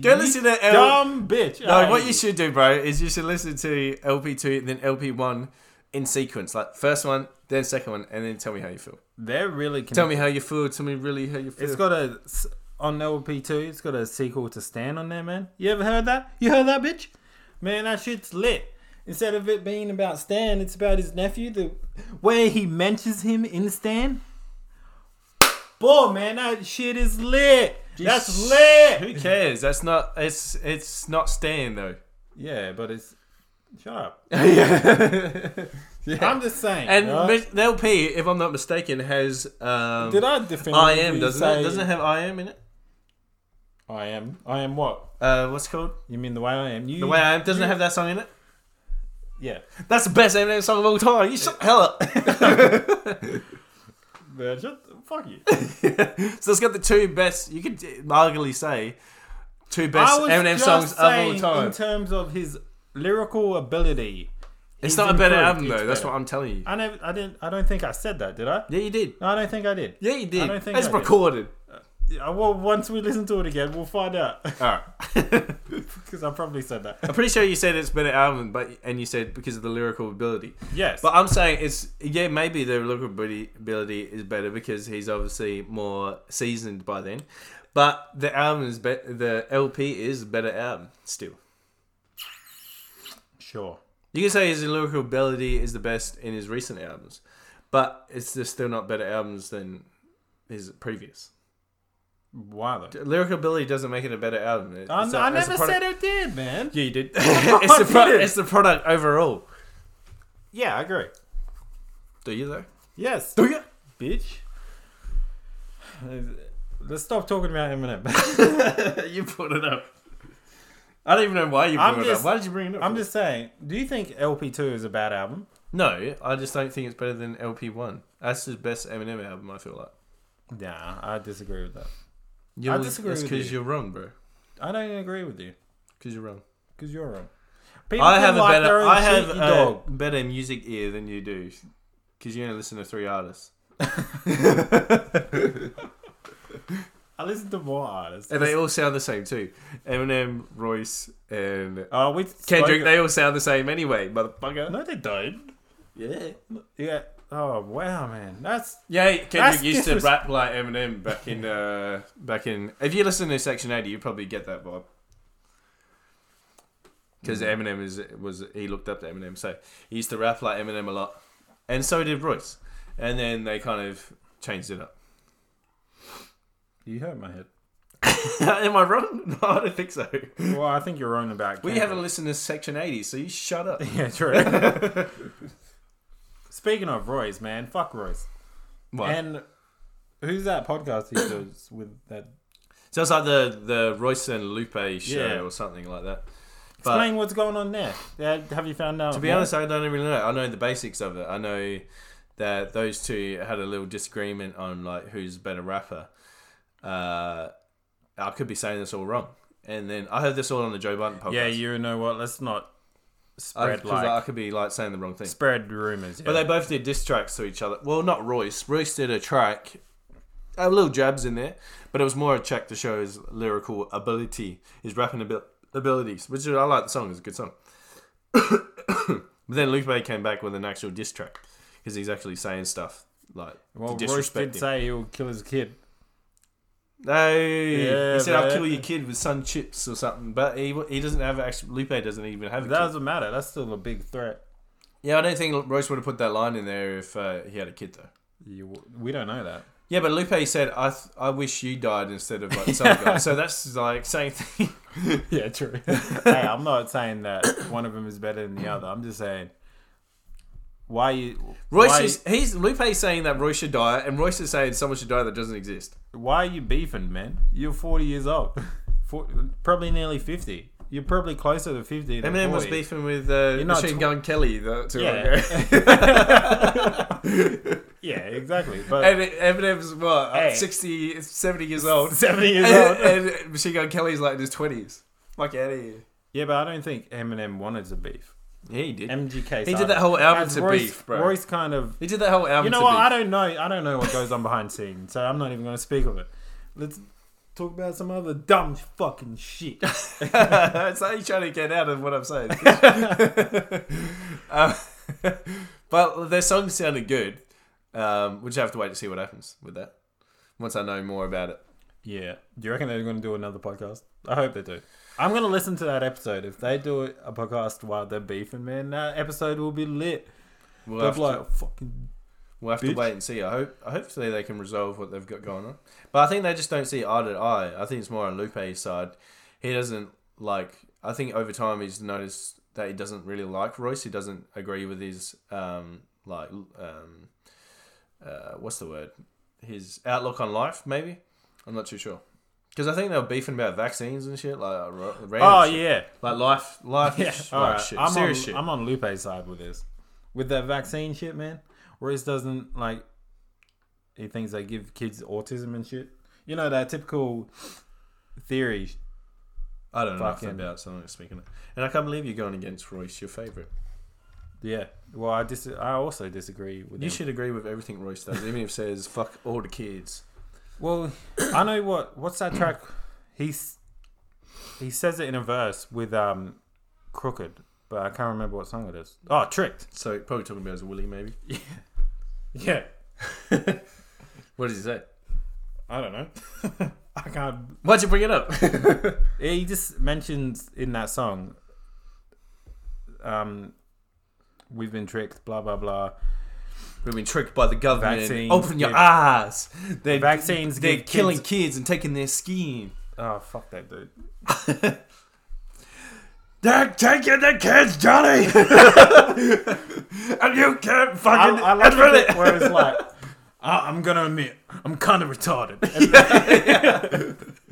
[SPEAKER 2] Go listen to L.
[SPEAKER 1] Dumb bitch. Um,
[SPEAKER 2] No,
[SPEAKER 1] Hey.
[SPEAKER 2] what you should do, bro, is you should listen to LP2 then LP1 in sequence. Like first one, then second one, and then tell me how you feel.
[SPEAKER 1] They're really. Con-
[SPEAKER 2] Tell me how you feel. Tell me really how you feel.
[SPEAKER 1] It's got a s- on LP two. It's got a sequel to Stand on there, man. You ever heard that? You heard that, bitch? Man, that shit's lit. Instead of it being about Stan, it's about his nephew. The way he mentions him in Stan. Boy, man, that shit is lit. That's lit.
[SPEAKER 2] Who cares? That's not. It's it's not staying though.
[SPEAKER 1] Yeah, but it's shut up.
[SPEAKER 2] <laughs> yeah.
[SPEAKER 1] I'm just saying.
[SPEAKER 2] And
[SPEAKER 1] right?
[SPEAKER 2] Miss- LP, if I'm not mistaken, has um,
[SPEAKER 1] did I defend?
[SPEAKER 2] I am doesn't it? Doesn't it have I am in it?
[SPEAKER 1] I am. I am what?
[SPEAKER 2] Uh, what's it called
[SPEAKER 1] You mean the way I am? You,
[SPEAKER 2] the way I am? Doesn't it have that song in it?
[SPEAKER 1] Yeah,
[SPEAKER 2] That's the best Eminem song of all time. You shut the hell up. <laughs>
[SPEAKER 1] but shut, fuck you.
[SPEAKER 2] So it's got the two best. You could arguably say two best Eminem songs of all
[SPEAKER 1] saying
[SPEAKER 2] time.
[SPEAKER 1] In terms of his lyrical ability,
[SPEAKER 2] it's
[SPEAKER 1] he's
[SPEAKER 2] not a better
[SPEAKER 1] improved.
[SPEAKER 2] album though.
[SPEAKER 1] It's
[SPEAKER 2] That's
[SPEAKER 1] better.
[SPEAKER 2] what I'm telling you.
[SPEAKER 1] I never, I didn't, I don't think I said that, did I?
[SPEAKER 2] Yeah, you did.
[SPEAKER 1] No, I don't think I did.
[SPEAKER 2] Yeah, you did.
[SPEAKER 1] I don't think
[SPEAKER 2] It's
[SPEAKER 1] I did.
[SPEAKER 2] recorded.
[SPEAKER 1] Yeah, well, once we listen to it again, we'll find out <laughs>
[SPEAKER 2] All right.
[SPEAKER 1] because I probably said that.
[SPEAKER 2] I'm pretty sure you said it's better album, but and you said because of the lyrical ability.
[SPEAKER 1] Yes,
[SPEAKER 2] But I'm saying it's yeah maybe the lyrical ability ability is better because he's obviously more seasoned by then. But the album is be- the LP is a better album still.
[SPEAKER 1] sure.
[SPEAKER 2] You can say his lyrical ability is the best in his recent albums, but it's just still not better albums than his previous.
[SPEAKER 1] Why though?
[SPEAKER 2] Lyrical ability doesn't make it a better album. It-
[SPEAKER 1] I,
[SPEAKER 2] it's
[SPEAKER 1] I
[SPEAKER 2] a- it's a
[SPEAKER 1] never
[SPEAKER 2] product-
[SPEAKER 1] said it did, man.
[SPEAKER 2] Yeah, you did. <laughs>
[SPEAKER 1] <laughs>
[SPEAKER 2] it's, the pro- it's the product overall.
[SPEAKER 1] Yeah, I agree.
[SPEAKER 2] Do you though?
[SPEAKER 1] Yes,
[SPEAKER 2] Do you?
[SPEAKER 1] bitch. <sighs> Let's stop talking about Eminem.
[SPEAKER 2] <laughs>
[SPEAKER 1] <laughs>
[SPEAKER 2] you put it up. I don't even know why you brought
[SPEAKER 1] I'm
[SPEAKER 2] it
[SPEAKER 1] just-
[SPEAKER 2] up. Why did you bring it up?
[SPEAKER 1] I'm
[SPEAKER 2] for?
[SPEAKER 1] just saying. Do you think LP2 is a bad album?
[SPEAKER 2] no. I just don't think it's better than LP one. That's his best Eminem album. I feel like.
[SPEAKER 1] Nah, I disagree with that.
[SPEAKER 2] You're,
[SPEAKER 1] disagree with
[SPEAKER 2] because
[SPEAKER 1] you.
[SPEAKER 2] are wrong, bro.
[SPEAKER 1] I don't agree with you
[SPEAKER 2] Because you're wrong.
[SPEAKER 1] because you're wrong. People
[SPEAKER 2] I
[SPEAKER 1] can
[SPEAKER 2] have a
[SPEAKER 1] like their
[SPEAKER 2] better
[SPEAKER 1] own
[SPEAKER 2] I have
[SPEAKER 1] shit,
[SPEAKER 2] a
[SPEAKER 1] you dog.
[SPEAKER 2] better music ear than you do because you only listen to three artists.
[SPEAKER 1] I listen to more artists.
[SPEAKER 2] And they all sound the same too. Eminem, Royce, and
[SPEAKER 1] Oh, we
[SPEAKER 2] Kendrick. They all sound the same anyway, motherfucker.
[SPEAKER 1] no, they don't.
[SPEAKER 2] Yeah,
[SPEAKER 1] Yeah. Oh wow, man, that's
[SPEAKER 2] yeah. Kendrick
[SPEAKER 1] That's
[SPEAKER 2] used
[SPEAKER 1] disres-
[SPEAKER 2] to rap like Eminem back in uh, back in. If you listen to Section Eighty, you probably get that vibe. Because Eminem is was he looked up to Eminem, so he used to rap like Eminem a lot, and so did Royce. And then they kind of changed it up.
[SPEAKER 1] you hurt my head.
[SPEAKER 2] <laughs> Am I wrong? <laughs> No, I don't think so.
[SPEAKER 1] <coughs> Well, I think you're wrong about.
[SPEAKER 2] We
[SPEAKER 1] Kendrick.
[SPEAKER 2] haven't listened to Section 80, so you shut <laughs> up.
[SPEAKER 1] Yeah, true. <laughs> Speaking of Royce, man, fuck Royce.
[SPEAKER 2] What?
[SPEAKER 1] And who's that podcast he does with that?
[SPEAKER 2] Sounds like the, the Royce and Lupe show
[SPEAKER 1] Yeah.
[SPEAKER 2] or something like that. But
[SPEAKER 1] Explain what's going on there. Yeah, Have you found out?
[SPEAKER 2] to be honest, I don't really know. I know the basics of it. I know that those two had a little disagreement on like who's a better rapper. Uh, I could be saying this all wrong. And then I heard this all on the Joe Biden podcast.
[SPEAKER 1] yeah, you know what? Let's not
[SPEAKER 2] I,
[SPEAKER 1] spread
[SPEAKER 2] 'cause
[SPEAKER 1] like
[SPEAKER 2] I could be like saying the wrong thing.
[SPEAKER 1] spread rumors.
[SPEAKER 2] But they both did diss tracks to each other. Well, not Royce. Royce did a track, a little jabs in there, but it was more a track to show his lyrical ability, his rapping abil- abilities, which is, I like the song. It's a good song. <coughs> but then Lupe came back with an actual diss track because he's actually saying stuff like
[SPEAKER 1] well,
[SPEAKER 2] to
[SPEAKER 1] Royce
[SPEAKER 2] disrespect
[SPEAKER 1] did
[SPEAKER 2] him.
[SPEAKER 1] say he'll kill his kid.
[SPEAKER 2] Hey,
[SPEAKER 1] Yeah,
[SPEAKER 2] he said I'll
[SPEAKER 1] but-
[SPEAKER 2] kill your kid with sun chips or something, but he, he doesn't have actually. Lupe doesn't even have a
[SPEAKER 1] That
[SPEAKER 2] kid.
[SPEAKER 1] doesn't matter. That's still a big threat.
[SPEAKER 2] yeah, I don't think Royce would have put that line in there if uh, he had a kid though.
[SPEAKER 1] You, we don't know that.
[SPEAKER 2] <laughs> <laughs> Yeah, but Lupe said, "I th- I wish you died instead of like some guy." So that's like same thing.
[SPEAKER 3] yeah, true.
[SPEAKER 1] <laughs> hey, I'm not saying that one of them is better than the other. I'm just saying why you
[SPEAKER 2] Royce
[SPEAKER 1] why,
[SPEAKER 2] is he's Lupe's saying that Royce should die, and Royce is saying someone should die that doesn't exist.
[SPEAKER 1] why are you beefing, man? You're 40 years old, <laughs> For, probably nearly 50. You're probably closer to 50 than
[SPEAKER 2] Eminem
[SPEAKER 1] 40.
[SPEAKER 2] was beefing with uh,
[SPEAKER 1] You're not
[SPEAKER 2] Machine
[SPEAKER 1] tw-
[SPEAKER 2] Gun Kelly the, too <laughs> long
[SPEAKER 1] Yeah.
[SPEAKER 2] ago.
[SPEAKER 1] <laughs>
[SPEAKER 2] <laughs>
[SPEAKER 1] Yeah, exactly. But
[SPEAKER 2] and Eminem's what
[SPEAKER 1] Hey.
[SPEAKER 2] 60, 70
[SPEAKER 1] <laughs>
[SPEAKER 2] years <laughs> old,
[SPEAKER 1] 70 years old.
[SPEAKER 2] and, and Machine Gun Kelly's like in his twenties. Fuck out of here.
[SPEAKER 1] yeah, but I don't think Eminem wanted to beef.
[SPEAKER 2] Yeah, he did.
[SPEAKER 1] MGK.
[SPEAKER 2] he
[SPEAKER 1] started.
[SPEAKER 2] did that whole album
[SPEAKER 1] As
[SPEAKER 2] to
[SPEAKER 1] Royce,
[SPEAKER 2] beef, bro.
[SPEAKER 1] Royce kind of.
[SPEAKER 2] he did that whole album.
[SPEAKER 1] You know
[SPEAKER 2] to
[SPEAKER 1] what?
[SPEAKER 2] Beef.
[SPEAKER 1] I don't know. I don't know what goes on behind the scenes, so I'm not even going to speak of it. Let's talk about some other dumb fucking shit.
[SPEAKER 2] <laughs> it's like you're trying to get out of what I'm saying. um, <laughs> but their songs sounded good. Um, we just have to wait to see what happens with that. Once I know more about it.
[SPEAKER 1] Yeah. Do you reckon they're going to do another podcast? I hope they do. I'm going to listen to that episode. If they do a podcast while they're beefing, man, that episode will be lit.
[SPEAKER 2] We'll
[SPEAKER 1] They're
[SPEAKER 2] have,
[SPEAKER 1] like,
[SPEAKER 2] to,
[SPEAKER 1] fucking.
[SPEAKER 2] we'll have to
[SPEAKER 1] bitch.
[SPEAKER 2] wait and see. I hope. I hopefully they can resolve what they've got going on. But I think they just don't see eye to eye. I think it's more on Lupe's side. He doesn't like. I think over time he's noticed that he doesn't really like Royce. He doesn't agree with his um like um uh, what's the word? His outlook on life, maybe. I'm not too sure. Because I think they were beefing about vaccines and shit, like uh, ro- random
[SPEAKER 1] Oh,
[SPEAKER 2] shit.
[SPEAKER 1] yeah.
[SPEAKER 2] like life, life,
[SPEAKER 1] Yeah.
[SPEAKER 2] <laughs> like
[SPEAKER 1] All right.
[SPEAKER 2] shit,
[SPEAKER 1] I'm,
[SPEAKER 2] serious
[SPEAKER 1] on,
[SPEAKER 2] shit.
[SPEAKER 1] I'm on Lupe's side with this. With that vaccine shit, man. Royce doesn't, like, he thinks they give kids autism and shit. You know, that typical theory.
[SPEAKER 2] I don't know nothing
[SPEAKER 1] Fucking-
[SPEAKER 2] about something speaking of. And I can't believe you're going against Royce, your favourite.
[SPEAKER 1] Yeah. Well, I dis- I also disagree with
[SPEAKER 2] You
[SPEAKER 1] him.
[SPEAKER 2] should agree with everything Royce does, even if it says fuck all the kids.
[SPEAKER 1] Well, I know what what's that track? He's he says it in a verse with um crooked, but I can't remember what song it is. Oh, tricked.
[SPEAKER 2] So probably talking about his Willie, maybe.
[SPEAKER 1] Yeah,
[SPEAKER 2] What does he say?
[SPEAKER 1] I don't know. <laughs> I can't.
[SPEAKER 2] Why'd you bring it <laughs> up?
[SPEAKER 1] He just mentions in that song, um, we've been tricked. Blah blah blah.
[SPEAKER 2] We've been tricked by the government.
[SPEAKER 1] Vaccines,
[SPEAKER 2] Open your
[SPEAKER 1] yeah.
[SPEAKER 2] eyes. They're,
[SPEAKER 1] Vaccines
[SPEAKER 2] They're
[SPEAKER 1] give
[SPEAKER 2] killing
[SPEAKER 1] kids-
[SPEAKER 2] kids. and taking their skin.
[SPEAKER 1] Oh fuck that dude.
[SPEAKER 2] They're taking the kids, <laughs> Johnny. and you can't
[SPEAKER 1] I,
[SPEAKER 2] fucking
[SPEAKER 1] I love
[SPEAKER 2] admit
[SPEAKER 1] it where it's like, <laughs> "I- I'm gonna admit, I'm kind of retarded.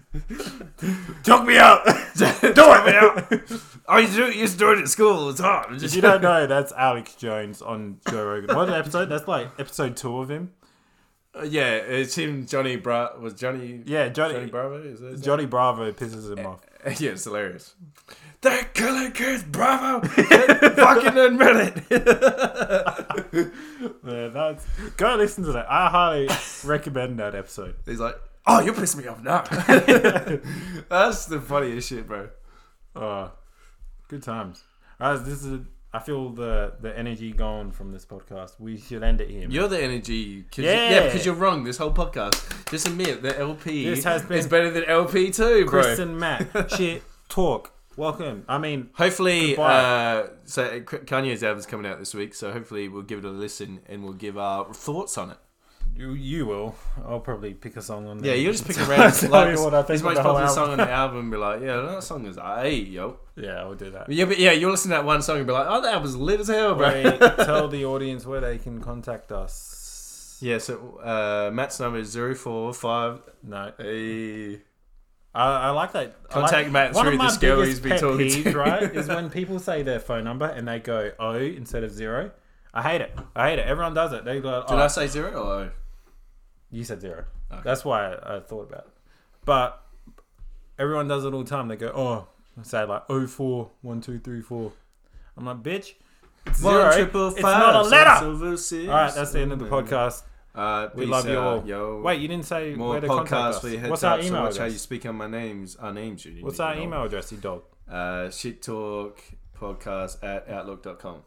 [SPEAKER 1] <laughs>
[SPEAKER 2] Talk me <laughs> out. Do it. me out. <laughs> I used to, used to do it at school. It's hard. It's
[SPEAKER 1] If <laughs>
[SPEAKER 2] just-
[SPEAKER 1] you
[SPEAKER 2] <laughs>
[SPEAKER 1] don't know, that's Alex Jones on Joe Rogan. What episode? That's like episode two of him.
[SPEAKER 2] Uh, yeah, it's him. Johnny Bra was Johnny.
[SPEAKER 1] Yeah, Johnny-
[SPEAKER 2] Johnny Bravo. Is that his
[SPEAKER 1] Johnny Bravo pisses him off.
[SPEAKER 2] name? <laughs> yeah, it's hilarious. They're killing kids, Bravo. fucking admit it. <laughs>
[SPEAKER 1] Yeah, that's go listen to that. I highly
[SPEAKER 2] <laughs>
[SPEAKER 1] recommend that episode.
[SPEAKER 2] He's like, oh, you're pissing me off now. <laughs> That's the funniest shit, bro.
[SPEAKER 1] Oh, good times. Guys, this is. I feel the the energy gone from this podcast. We should end it here. man.
[SPEAKER 2] You're the energy. Cause
[SPEAKER 1] Yeah.
[SPEAKER 2] yeah, because you're wrong this whole podcast. Just admit that LP
[SPEAKER 1] This has been-
[SPEAKER 2] is better than LP too, bro.
[SPEAKER 1] Chris and Matt, <laughs>
[SPEAKER 2] <laughs>
[SPEAKER 1] shit talk. Welcome. I mean,
[SPEAKER 2] Hopefully,
[SPEAKER 1] Goodbye.
[SPEAKER 2] uh, so K- Kanye's album's coming out this week, so hopefully we'll give it a listen and we'll give our thoughts on it.
[SPEAKER 1] you, you will. I'll probably pick a song on.
[SPEAKER 2] Yeah,
[SPEAKER 1] there. <laughs>
[SPEAKER 2] you'll just pick a random
[SPEAKER 1] Tell me
[SPEAKER 2] like
[SPEAKER 1] what I think
[SPEAKER 2] his
[SPEAKER 1] of
[SPEAKER 2] most
[SPEAKER 1] the whole
[SPEAKER 2] popular
[SPEAKER 1] album.
[SPEAKER 2] song on the album, and be like, yeah, that song is aight, yo.
[SPEAKER 1] yeah, I'll do that.
[SPEAKER 2] Yeah, but yeah, you'll listen to that one song and be like, oh, that was lit as hell, bro.
[SPEAKER 1] Wait, tell the audience where they can contact us.
[SPEAKER 2] <laughs> Yeah, so uh, Matt's number is zero four five. E.
[SPEAKER 1] No,
[SPEAKER 2] Hey.
[SPEAKER 1] I, I like that. I
[SPEAKER 2] Contact
[SPEAKER 1] like,
[SPEAKER 2] Matt
[SPEAKER 1] one
[SPEAKER 2] through
[SPEAKER 1] of my
[SPEAKER 2] this girl
[SPEAKER 1] biggest
[SPEAKER 2] he's been
[SPEAKER 1] pet
[SPEAKER 2] talking
[SPEAKER 1] peeves,
[SPEAKER 2] to.
[SPEAKER 1] right? Is
[SPEAKER 2] <laughs>
[SPEAKER 1] when people say their phone number and they go O instead of zero. I hate it. I hate it. Everyone does it. They go,
[SPEAKER 2] Did I
[SPEAKER 1] oh,
[SPEAKER 2] say zero or O?
[SPEAKER 1] you said zero.
[SPEAKER 2] Okay.
[SPEAKER 1] That's why I, I thought about it. But everyone does it all the time. They go, oh, I say like O four one two three four. I'm like, bitch, it's zero.
[SPEAKER 2] One triple five.
[SPEAKER 1] it's not a
[SPEAKER 2] six,
[SPEAKER 1] letter.
[SPEAKER 2] silver six.
[SPEAKER 1] All right, that's the end of the podcast.
[SPEAKER 2] Uh,
[SPEAKER 1] We
[SPEAKER 2] peace
[SPEAKER 1] love you
[SPEAKER 2] out,
[SPEAKER 1] all.
[SPEAKER 2] Yo.
[SPEAKER 1] Wait, you didn't say
[SPEAKER 2] More
[SPEAKER 1] where to contact
[SPEAKER 2] podcasts
[SPEAKER 1] us.
[SPEAKER 2] for your heads
[SPEAKER 1] What's
[SPEAKER 2] up,
[SPEAKER 1] our
[SPEAKER 2] so
[SPEAKER 1] email
[SPEAKER 2] watch how you
[SPEAKER 1] address?
[SPEAKER 2] speak on my names, our names. You need
[SPEAKER 1] What's
[SPEAKER 2] to
[SPEAKER 1] our
[SPEAKER 2] know.
[SPEAKER 1] email address, you dog?
[SPEAKER 2] Uh, shit talk podcast at outlook.com.